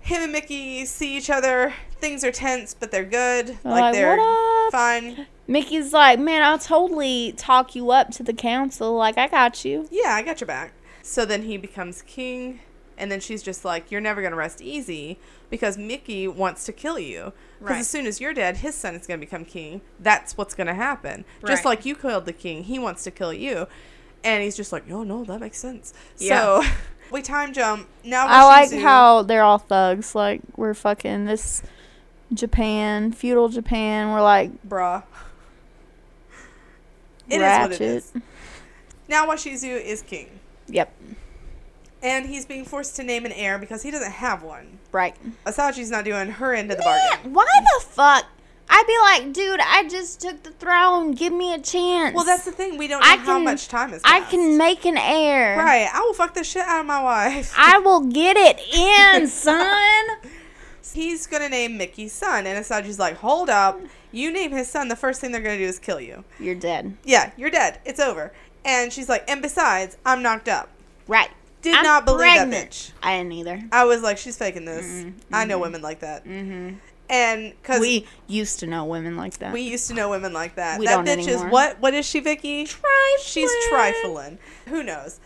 Speaker 1: him and Mickey see each other. Things are tense, but they're good. like,
Speaker 2: like,
Speaker 1: they're
Speaker 2: "What up?"
Speaker 1: fine.
Speaker 2: Mickey's like, man, I'll totally talk you up to the council. Like, I got you.
Speaker 1: Yeah, I got your back. So then he becomes king, and then she's just like, "You're never gonna rest easy because Mickey wants to kill you. Because
Speaker 3: Right.
Speaker 1: as soon as you're dead, his son is gonna become king. That's what's gonna happen. Just
Speaker 3: Right.
Speaker 1: like you killed the king, he wants to kill you." And he's just like, "Oh no, that makes sense."
Speaker 3: Yeah.
Speaker 1: So we time jump now.
Speaker 2: I like
Speaker 1: Washizu-
Speaker 2: how they're all thugs. Like, we're fucking this Japan, feudal Japan. We're like,
Speaker 1: bruh. It is
Speaker 2: ratchet.
Speaker 1: what it is. Now Washizu is king,
Speaker 2: Yep.
Speaker 1: and he's being forced to name an heir because he doesn't have one.
Speaker 2: Right.
Speaker 1: Asaji's not doing her end of the bargain.
Speaker 2: Man, why the fuck? I'd be like, dude, I just took the throne. Give me a chance.
Speaker 1: Well, that's the thing. We don't know
Speaker 2: I
Speaker 1: how
Speaker 2: can-
Speaker 1: much time is.
Speaker 2: I can make an heir.
Speaker 1: Right. I will fuck the shit out of my wife.
Speaker 2: I will get it in, son.
Speaker 1: He's gonna name Mickey's son, and Asaji's like, "Hold up! You name his son. The first thing they're gonna do is kill you.
Speaker 2: You're dead.
Speaker 1: Yeah, you're dead. It's over." And she's like, "And besides, I'm knocked up.
Speaker 2: Right.
Speaker 1: Did
Speaker 2: I'm
Speaker 1: not believe that
Speaker 2: pregnant.
Speaker 1: bitch."
Speaker 2: I didn't either.
Speaker 1: I was like, "She's faking this. I know women like that." And because we,
Speaker 2: Mm-hmm. We used to know women like that.
Speaker 1: used to know women like that.
Speaker 2: We
Speaker 1: that
Speaker 2: don't
Speaker 1: bitch
Speaker 2: anymore.
Speaker 1: is what? What is she, Vicky?
Speaker 2: trifling.
Speaker 1: She's trifling. Who knows?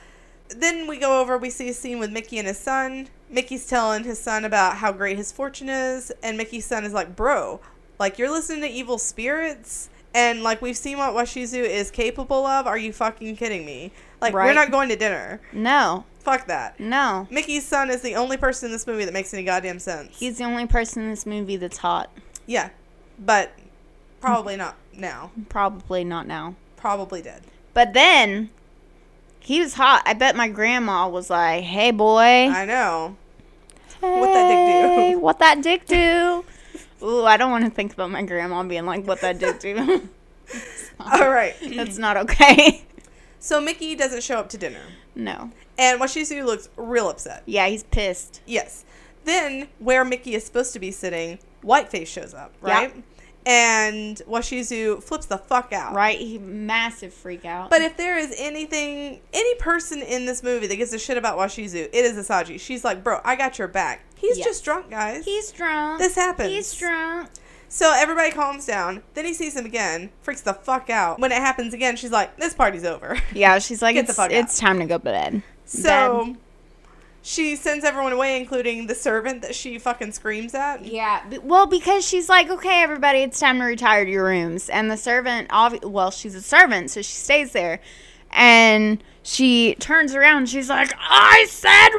Speaker 1: Then we go over, we see a scene with Mickey and his son. Mickey's telling his son about how great his fortune is, and Mickey's son is like, Bro, like you're listening to evil spirits, and like we've seen what Washizu is capable of. Are you fucking kidding me? Like, we're
Speaker 2: Right.
Speaker 1: not going to dinner.
Speaker 2: No,
Speaker 1: Fuck that.
Speaker 2: no.
Speaker 1: Mickey's son is the only person in this movie that makes any goddamn sense.
Speaker 2: He's the only person in this movie that's hot.
Speaker 1: yeah, but probably not now.
Speaker 2: Probably not now.
Speaker 1: Probably dead.
Speaker 2: But then he was hot. I bet my grandma was like, "Hey, boy,
Speaker 1: I know.
Speaker 2: hey,
Speaker 1: what that dick do?"
Speaker 2: What that dick do?" Ooh, I don't want to think about my grandma being like, "What that dick do?"
Speaker 1: All right.
Speaker 2: that's not okay.
Speaker 1: So Mickey doesn't show up to dinner.
Speaker 2: no.
Speaker 1: And Washizu looks real upset.
Speaker 2: Yeah, he's pissed.
Speaker 1: Yes. Then, where Mickey is supposed to be sitting, Whiteface shows up, right? And Washizu flips the fuck out.
Speaker 2: Right? He massive freak out.
Speaker 1: But if there is anything, any person in this movie that gives a shit about Washizu, it is Asaji. She's like, bro, I got your back. He's
Speaker 2: Yes.
Speaker 1: just drunk, guys.
Speaker 2: he's drunk.
Speaker 1: This happens.
Speaker 2: He's drunk.
Speaker 1: So everybody calms down. Then he sees him again, freaks the fuck out. When it happens again, she's like, this party's over.
Speaker 2: Yeah, she's like,
Speaker 1: Get the
Speaker 2: it's,
Speaker 1: fuck out."
Speaker 2: it's time to go to bed.
Speaker 1: So she sends everyone away, including the servant that she fucking screams at.
Speaker 2: Yeah, b- well, because she's like, okay, everybody, it's time to retire to your rooms. And the servant, obvi- well, she's a servant, so she stays there. And she turns around, she's like, I said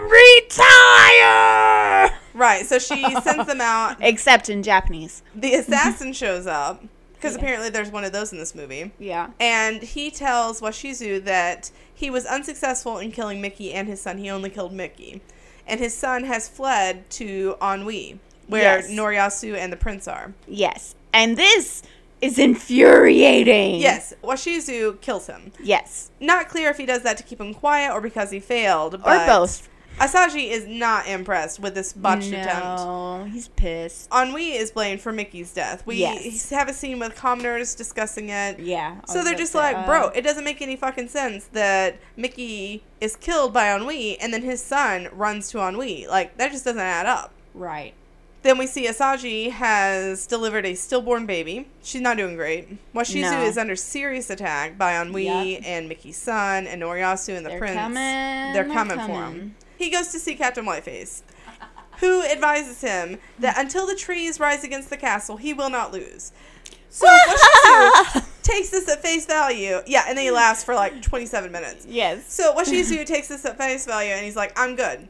Speaker 2: retire!
Speaker 1: Right. So she sends them out.
Speaker 2: Except in Japanese.
Speaker 1: The assassin shows up because apparently there's one of those in this movie.
Speaker 2: Yeah.
Speaker 1: And he tells Washizu that he was unsuccessful in killing Mickey and his son. He only killed Mickey. And his son has fled to Anhui, where
Speaker 2: Yes. Mm-hmm.
Speaker 1: Noriyasu and the prince are.
Speaker 2: Yes. And this is infuriating.
Speaker 1: Yes, Washizu kills him.
Speaker 2: Yes.
Speaker 1: Not clear if he does that to keep him quiet or because he failed.
Speaker 2: Or
Speaker 1: But
Speaker 2: both.
Speaker 1: Asaji is not impressed with this botched attempt.
Speaker 2: no, he's pissed.
Speaker 1: Anhui is blamed for Mickey's death. We
Speaker 2: Yes.
Speaker 1: have a scene with commoners discussing it.
Speaker 2: Yeah. I
Speaker 1: So
Speaker 2: was
Speaker 1: they're
Speaker 2: about
Speaker 1: just
Speaker 2: to-
Speaker 1: like,
Speaker 2: uh,
Speaker 1: bro, it doesn't make any fucking sense that Mickey is killed by Ennui and then his son runs to Ennui. Like, that just doesn't add up.
Speaker 2: Right.
Speaker 1: Then we see Asaji has delivered a stillborn baby. She's not doing great. Washizu
Speaker 2: No.
Speaker 1: is under serious attack by Ennui
Speaker 2: Yep.
Speaker 1: and Mickey's son and Noriyasu and the
Speaker 2: They're
Speaker 1: prince.
Speaker 2: coming.
Speaker 1: They're coming, for him. He goes to see Captain Whiteface, who advises him that until the trees rise against the castle, he will not lose. So Washizu takes this at face value. Yeah, and they last for like 27 minutes.
Speaker 2: Yes.
Speaker 1: So Washizu takes this at face value, and he's like, "I'm good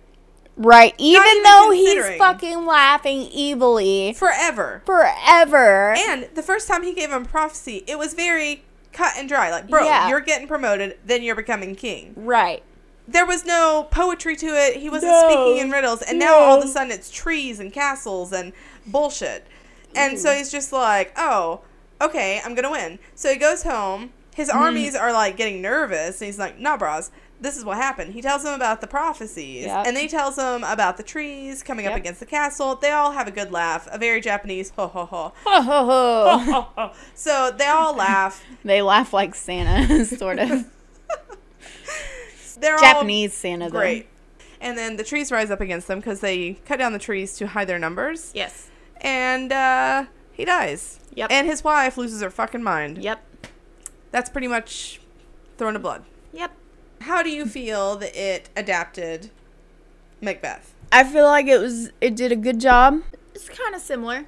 Speaker 2: Right. Even,
Speaker 1: even
Speaker 2: though he's
Speaker 1: considering.
Speaker 2: fucking laughing evilly
Speaker 1: forever."
Speaker 2: forever.
Speaker 1: And the first time he gave him prophecy, it was very cut and dry. Like, bro,
Speaker 2: Yeah.
Speaker 1: you're getting promoted, then you're becoming king.
Speaker 2: right.
Speaker 1: There was no poetry to it. He wasn't
Speaker 2: No.
Speaker 1: speaking in riddles, and now all of a
Speaker 2: No.
Speaker 1: sudden it's trees and castles and bullshit. And
Speaker 2: Mm-hmm.
Speaker 1: so he's just like, "Oh, okay, I'm gonna win." So he goes home. His
Speaker 2: Mm-hmm.
Speaker 1: armies are like getting nervous, and he's like, "Nah, bros." This is what happened. He tells them about the prophecies,
Speaker 2: Yep.
Speaker 1: and they tells them about the trees coming up
Speaker 2: Yep.
Speaker 1: against the castle. They all have a good laugh, a very Japanese ho ho ho.
Speaker 3: Oh,
Speaker 2: Ho, ho, ho.
Speaker 1: So they all laugh.
Speaker 2: they laugh like Santa, sort of.
Speaker 1: They're
Speaker 2: Japanese Santa,
Speaker 1: all
Speaker 2: though.
Speaker 1: great. And then the trees rise up against them because they cut down the trees to hide their numbers.
Speaker 2: Yes.
Speaker 1: And uh, he dies.
Speaker 2: Yep.
Speaker 1: And his wife loses her fucking mind.
Speaker 2: Yep.
Speaker 1: That's pretty much Thrown to Blood.
Speaker 2: Yep.
Speaker 1: How do you feel that it adapted Macbeth?
Speaker 2: I feel like it was. It did a good job. It's kind of similar.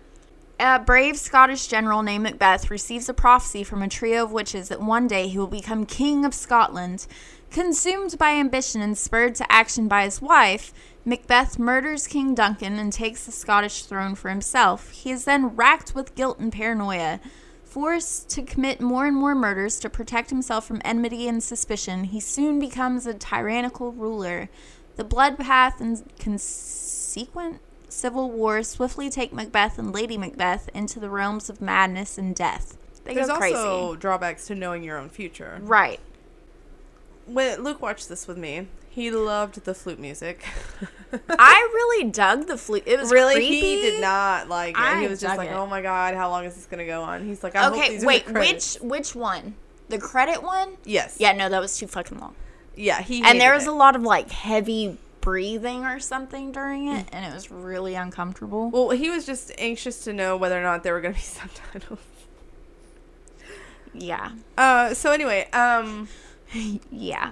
Speaker 3: A brave Scottish general named Macbeth receives a prophecy from a trio of witches that one day he will become King of Scotland. Consumed by ambition and spurred to action by his wife, Macbeth murders King Duncan and takes the Scottish throne for himself. He is then racked with guilt and paranoia. Forced to commit more and more murders to protect himself from enmity and suspicion, he soon becomes a tyrannical ruler. The bloodbath and consequent civil war swiftly take Macbeth and Lady Macbeth into the realms of madness and death. They
Speaker 1: There's
Speaker 3: go crazy.
Speaker 1: also drawbacks to knowing your own future.
Speaker 3: right.
Speaker 1: When Luke watched this with me, he loved the flute music.
Speaker 2: I really dug the flute. It was
Speaker 1: really,
Speaker 2: creepy.
Speaker 1: he did not like it. he
Speaker 3: I
Speaker 1: was just
Speaker 3: dug
Speaker 1: like,
Speaker 3: it.
Speaker 1: "Oh my god, how long is this gonna go on?" He's like, "I hope
Speaker 2: Okay,
Speaker 1: these are
Speaker 2: wait.
Speaker 1: the credits."
Speaker 2: Which which one? The credit one?
Speaker 1: Yes.
Speaker 2: Yeah. No, that was too fucking long.
Speaker 1: Yeah. He
Speaker 2: And there
Speaker 1: hated
Speaker 2: was
Speaker 1: it.
Speaker 2: a lot of like heavy breathing or something during it, and it was really uncomfortable.
Speaker 1: Well, he was just anxious to know whether or not there were going to be subtitles.
Speaker 2: Yeah.
Speaker 1: Uh, so anyway, um,
Speaker 2: Yeah.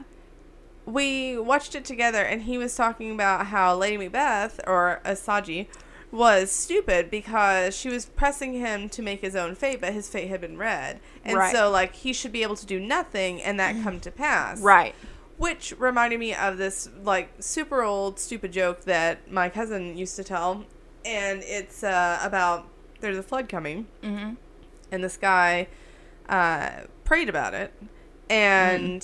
Speaker 1: we watched it together, and he was talking about how Lady Macbeth or Asaji was stupid because she was pressing him to make his own fate, but his fate had been read, and
Speaker 2: Right.
Speaker 1: so like he should be able to do nothing, and that come to pass.
Speaker 2: Right.
Speaker 1: Which reminded me of this like super old stupid joke that my cousin used to tell, and it's uh, about there's a flood coming, mm-hmm. and this guy uh, prayed about it, and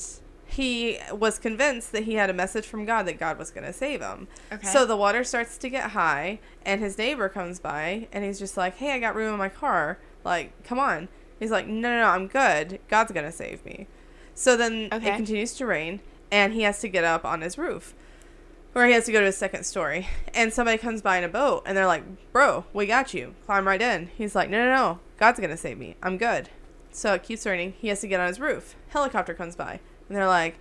Speaker 1: he was convinced that he had a message from God that God was going to save him.
Speaker 2: Okay.
Speaker 1: So the water starts to get high, and his neighbor comes by, and he's just like, "Hey, I got room in my car. Like, come on." He's like, "No, no, no, I'm good. God's going to save me." So then it
Speaker 2: Okay.
Speaker 1: continues to rain, and he has to get up on his roof, or he has to go to his second story. And somebody comes by in a boat, and they're like, "Bro, we got you. Climb right in." He's like, "No, no, no. God's gonna save me. I'm good." So it keeps raining. He has to get on his roof. Helicopter comes by, and they're like,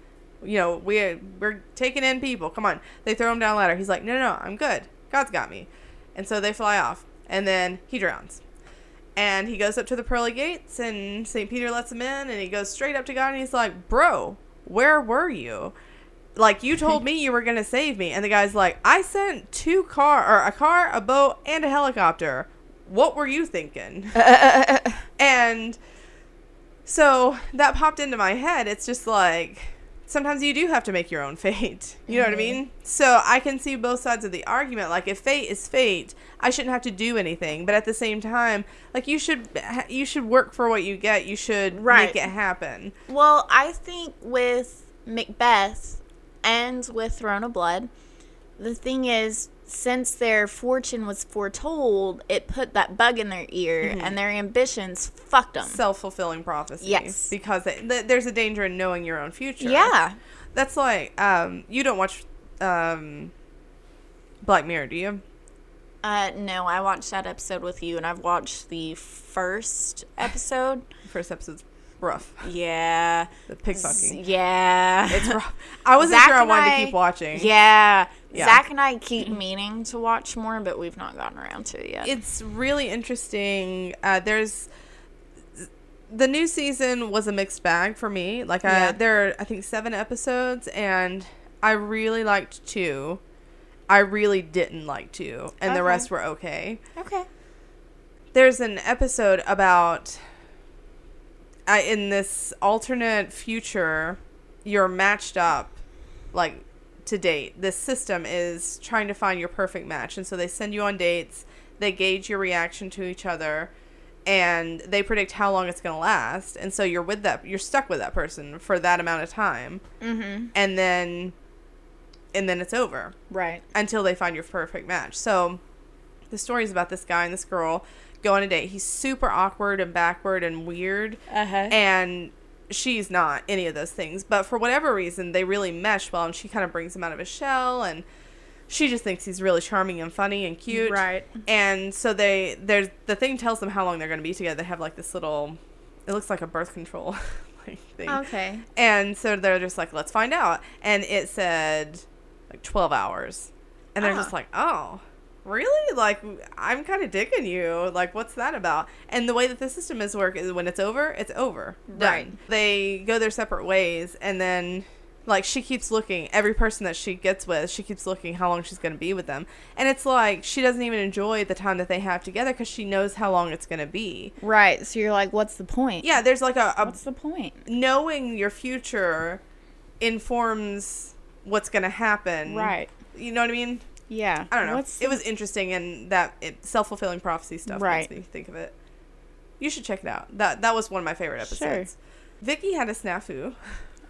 Speaker 1: "You know, we we're taking in people. Come on." They throw him down a ladder. He's like, "No, no, no. I'm good. God's got me." And so they fly off, and then he drowns. And he goes up to the pearly gates, and St. Peter lets him in, and he goes straight up to God, and he's like, Bro, where were you? Like, you told me you were going to save me. And the guy's like, I sent two car, or a car, a boat, and a helicopter. What were you thinking? and so that popped into my head. It's just like, sometimes you do have to make your own fate. You know what I mean? So I can see both sides of the argument. Like if fate is fate, I shouldn't have to do anything. But at the same time, like you should you should work for what you get. You should
Speaker 2: Right.
Speaker 1: make it happen.
Speaker 2: Well, I think with Macbeth and with Throne of Blood, the thing is, since their fortune was foretold, it put that bug in their ear, and their ambitions fucked them.
Speaker 1: Self fulfilling prophecy.
Speaker 2: Yes.
Speaker 1: Because it, th- there's a danger in knowing your own future.
Speaker 2: Yeah,
Speaker 1: That's like um you don't watch um Black Mirror, do you?
Speaker 3: Uh, no, I watched that episode with you, and I've watched the first episode.
Speaker 1: First episode's rough.
Speaker 3: yeah,
Speaker 1: The pig fucking.
Speaker 3: yeah,
Speaker 1: It's rough. I wasn't
Speaker 3: Zach
Speaker 1: sure I
Speaker 3: and
Speaker 1: wanted
Speaker 3: I-
Speaker 1: to keep watching.
Speaker 3: yeah.
Speaker 1: Yeah.
Speaker 3: Zach and I keep meaning to watch more, but we've not gotten around to it yet.
Speaker 1: it's really interesting. Uh, there's the new season was a mixed bag for me. Like I,
Speaker 2: Yeah.
Speaker 1: there are I think seven episodes, and I really liked two. I really didn't like two, and the
Speaker 2: Okay.
Speaker 1: rest were okay.
Speaker 3: okay.
Speaker 1: There's an episode about I, in this alternate future, you're matched up like to date. This system is trying to find your perfect match. And so they send you on dates, they gauge your reaction to each other, and they predict how long it's going to last. And so you're with that, you're stuck with that person for that amount of time. Mm-hmm. And then, and then it's over
Speaker 2: right.
Speaker 1: until they find your perfect match. So the story is about this guy and this girl go on a date. He's super awkward and backward and weird.
Speaker 2: Uh huh.
Speaker 1: And she's not any of those things. But for whatever reason, they really mesh well and she kind of brings him out of his shell and she just thinks he's really charming and funny and cute.
Speaker 2: Right.
Speaker 1: And so they there's the thing tells them how long they're gonna be together. They have like this little it looks like a birth control like thing.
Speaker 2: Okay.
Speaker 1: And so they're just like, let's find out. And it said like 12 hours. And they're
Speaker 2: Ah.
Speaker 1: just like, oh, really? Like, I'm kind of digging you. Like, what's that about? And the way that the system is work is when it's over, it's over. Done.
Speaker 2: Right.
Speaker 1: They go their separate ways. And then, like, she keeps looking. Every person that she gets with, she keeps looking how long she's going to be with them. And it's like, she doesn't even enjoy the time that they have together because she knows how long it's going to be.
Speaker 2: Right. So you're like, what's the point?
Speaker 1: Yeah, there's like a, a
Speaker 2: What's the point?
Speaker 1: knowing your future informs what's going to happen.
Speaker 2: Right.
Speaker 1: You know what I mean?
Speaker 2: Yeah.
Speaker 1: I don't know.
Speaker 2: What's
Speaker 1: it was interesting and that it, self-fulfilling prophecy stuff makes
Speaker 2: Right.
Speaker 1: me think of it. You should check it out. That that was one of my favorite episodes. Vicky had a snafu.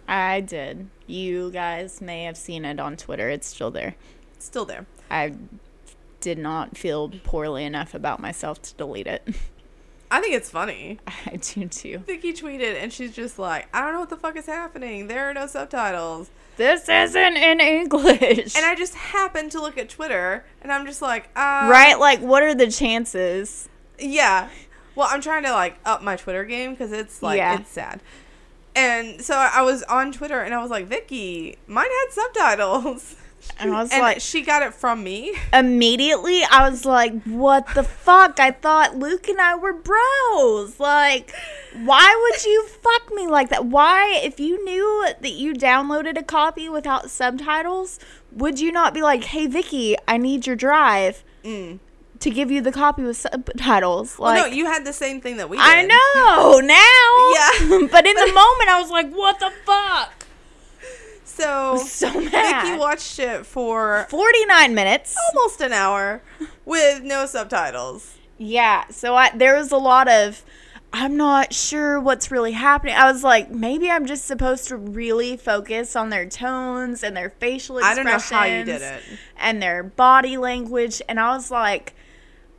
Speaker 2: I did. You guys may have seen it on Twitter. It's still there.
Speaker 1: It's Still there.
Speaker 2: I did not feel poorly enough about myself to delete it.
Speaker 1: I think it's funny.
Speaker 2: I do too.
Speaker 1: Vicky tweeted and she's just like, I don't know what the fuck is happening. There are no subtitles.
Speaker 2: This isn't in English.
Speaker 1: And I just happened to look at Twitter and I'm just like, uh,
Speaker 2: right? Like, what are the chances?
Speaker 1: Yeah. Well, I'm trying to like up my Twitter game because it's like
Speaker 2: Yeah.
Speaker 1: it's sad. And so I was on Twitter and I was like, Vicky, mine had subtitles.
Speaker 2: And I was
Speaker 1: and
Speaker 2: like,
Speaker 1: she got it from me.
Speaker 2: immediately, I was like, what the fuck? I thought Luke and I were bros. Like, why would you fuck me like that? Why, if you knew that you downloaded a copy without subtitles, would you not be like, hey, Vicky, I need your drive to give you the copy with subtitles? Like,
Speaker 1: Mm. well, no, you had the same thing that we did.
Speaker 2: I know now.
Speaker 1: Yeah.
Speaker 2: but in the moment, I was like, what the fuck?
Speaker 1: So
Speaker 2: So
Speaker 1: Vicky
Speaker 2: mad.
Speaker 1: watched it for
Speaker 2: 49 minutes.
Speaker 1: almost an hour with no subtitles.
Speaker 2: Yeah. So I there was a lot of I'm not sure what's really happening. I was like, maybe I'm just supposed to really focus on their tones and their facial
Speaker 1: I
Speaker 2: expressions
Speaker 1: don't know how you did it.
Speaker 2: and their body language and I was like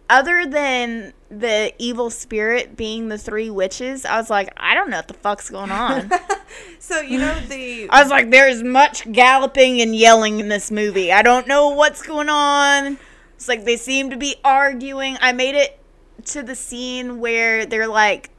Speaker 2: other than the evil spirit being the three witches, I was like, I don't know what the fuck's going on.
Speaker 1: So you know the
Speaker 2: I was like, there is much galloping and yelling in this movie. I don't know what's going on. It's like they seem to be arguing. I made it to the scene where they're like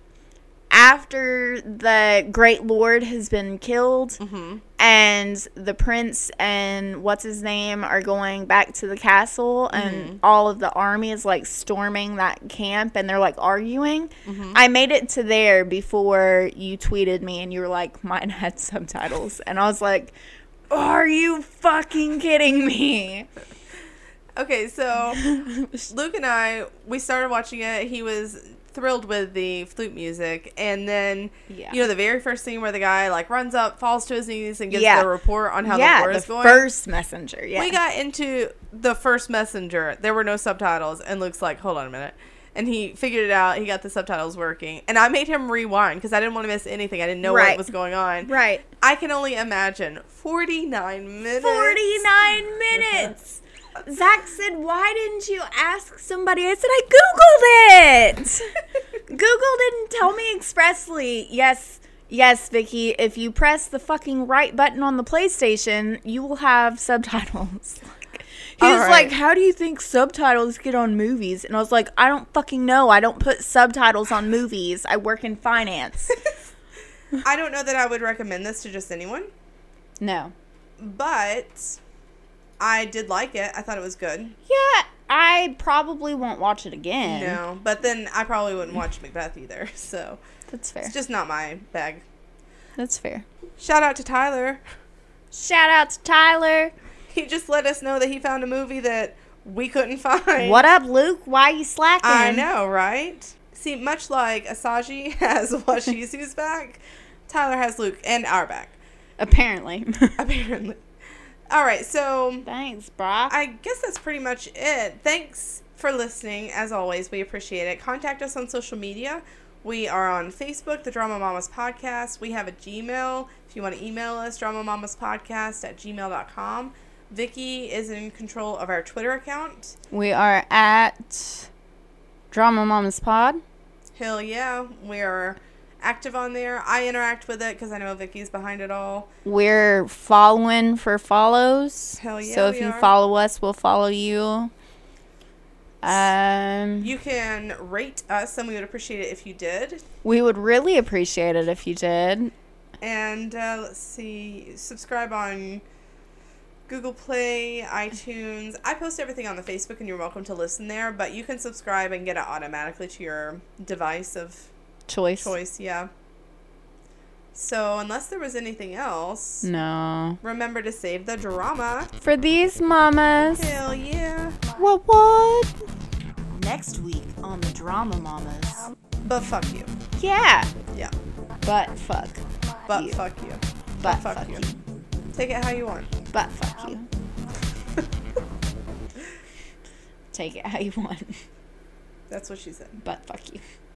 Speaker 2: after the great lord has been killed
Speaker 1: Mm-hmm.
Speaker 2: and the prince and what's his name are going back to the castle
Speaker 1: Mm-hmm.
Speaker 2: and all of the army is like storming that camp and they're like arguing
Speaker 1: Mm-hmm.
Speaker 2: i made it to there before you tweeted me and you were like mine had subtitles and i was like are you fucking kidding me
Speaker 1: Okay, so Luke and I, we started watching it. He was thrilled with the flute music, and then
Speaker 2: Yeah.
Speaker 1: you know the very first scene where the guy like runs up, falls to his knees, and gives
Speaker 2: Yeah.
Speaker 1: the report on how the
Speaker 2: yeah
Speaker 1: war
Speaker 2: the
Speaker 1: is going.
Speaker 2: first messenger yeah
Speaker 1: We got into the first messenger. There were no subtitles, and Luke's like, "Hold on a minute." And he figured it out. He got the subtitles working, and I made him rewind because I didn't want to miss anything. I didn't know what
Speaker 2: Right.
Speaker 1: was going on.
Speaker 2: right
Speaker 1: I can only imagine forty nine minutes.
Speaker 2: 49 minutes. Zach said, Why didn't you ask somebody? I said, I Googled it. Google didn't tell me expressly. Yes, yes, Vicky. If you press the fucking right button on the PlayStation, you will have subtitles. He
Speaker 1: All
Speaker 2: was
Speaker 1: right.
Speaker 2: like, How do you think subtitles get on movies? And I was like, I don't fucking know. I don't put subtitles on movies. I work in finance.
Speaker 1: I don't know that I would recommend this to just anyone.
Speaker 2: no.
Speaker 1: but I did like it. I thought it was good.
Speaker 2: Yeah, I probably won't watch it again.
Speaker 1: No, but then I probably wouldn't watch Macbeth either. So
Speaker 2: That's fair.
Speaker 1: it's just not my bag.
Speaker 2: That's fair.
Speaker 1: Shout out to Tyler.
Speaker 2: Shout out to Tyler.
Speaker 1: He just let us know that he found a movie that we couldn't find.
Speaker 2: What up, Luke? Why you slacking?
Speaker 1: I know, right? See, much like Asaji has Washizu's back, Tyler has Luke and our back,
Speaker 2: Apparently.
Speaker 1: apparently. All right, so
Speaker 2: Thanks, Brock.
Speaker 1: I guess that's pretty much it. Thanks for listening. As always, we appreciate it. Contact us on social media. We are on Facebook, The Drama Mamas Podcast. We have a Gmail. If you want to email us, dramamamaspodcast at gmail.com. Vicky is in control of our Twitter account.
Speaker 2: we are at Drama Mama's Pod.
Speaker 1: Hell yeah, we are active on there. I interact with it because I know Vicky's behind it all.
Speaker 2: We're following for follows.
Speaker 1: Hell yeah,
Speaker 2: So if
Speaker 1: we
Speaker 2: you
Speaker 1: are.
Speaker 2: follow us, we'll follow you. Um,
Speaker 1: You can rate us, and we would appreciate it if you did.
Speaker 2: we would really appreciate it if you did.
Speaker 1: And uh, let's see, subscribe on Google Play, iTunes. I post everything on the Facebook, and you're welcome to listen there. But you can subscribe and get it automatically to your device of
Speaker 2: Choice.
Speaker 1: choice. Yeah. So unless there was anything else,
Speaker 2: Mm. No.
Speaker 1: remember to save the drama.
Speaker 2: For these mamas.
Speaker 1: Hell yeah!
Speaker 2: What what?
Speaker 3: Next week on the Drama Mamas.
Speaker 1: But fuck you.
Speaker 2: Yeah.
Speaker 1: Yeah.
Speaker 2: But fuck.
Speaker 1: But
Speaker 2: You.
Speaker 1: fuck you.
Speaker 2: But
Speaker 1: fuck
Speaker 2: fuck,
Speaker 1: you.
Speaker 2: you.
Speaker 1: Take it how you want.
Speaker 2: But fuck you. Take it how you want.
Speaker 1: That's what she said.
Speaker 2: But fuck you.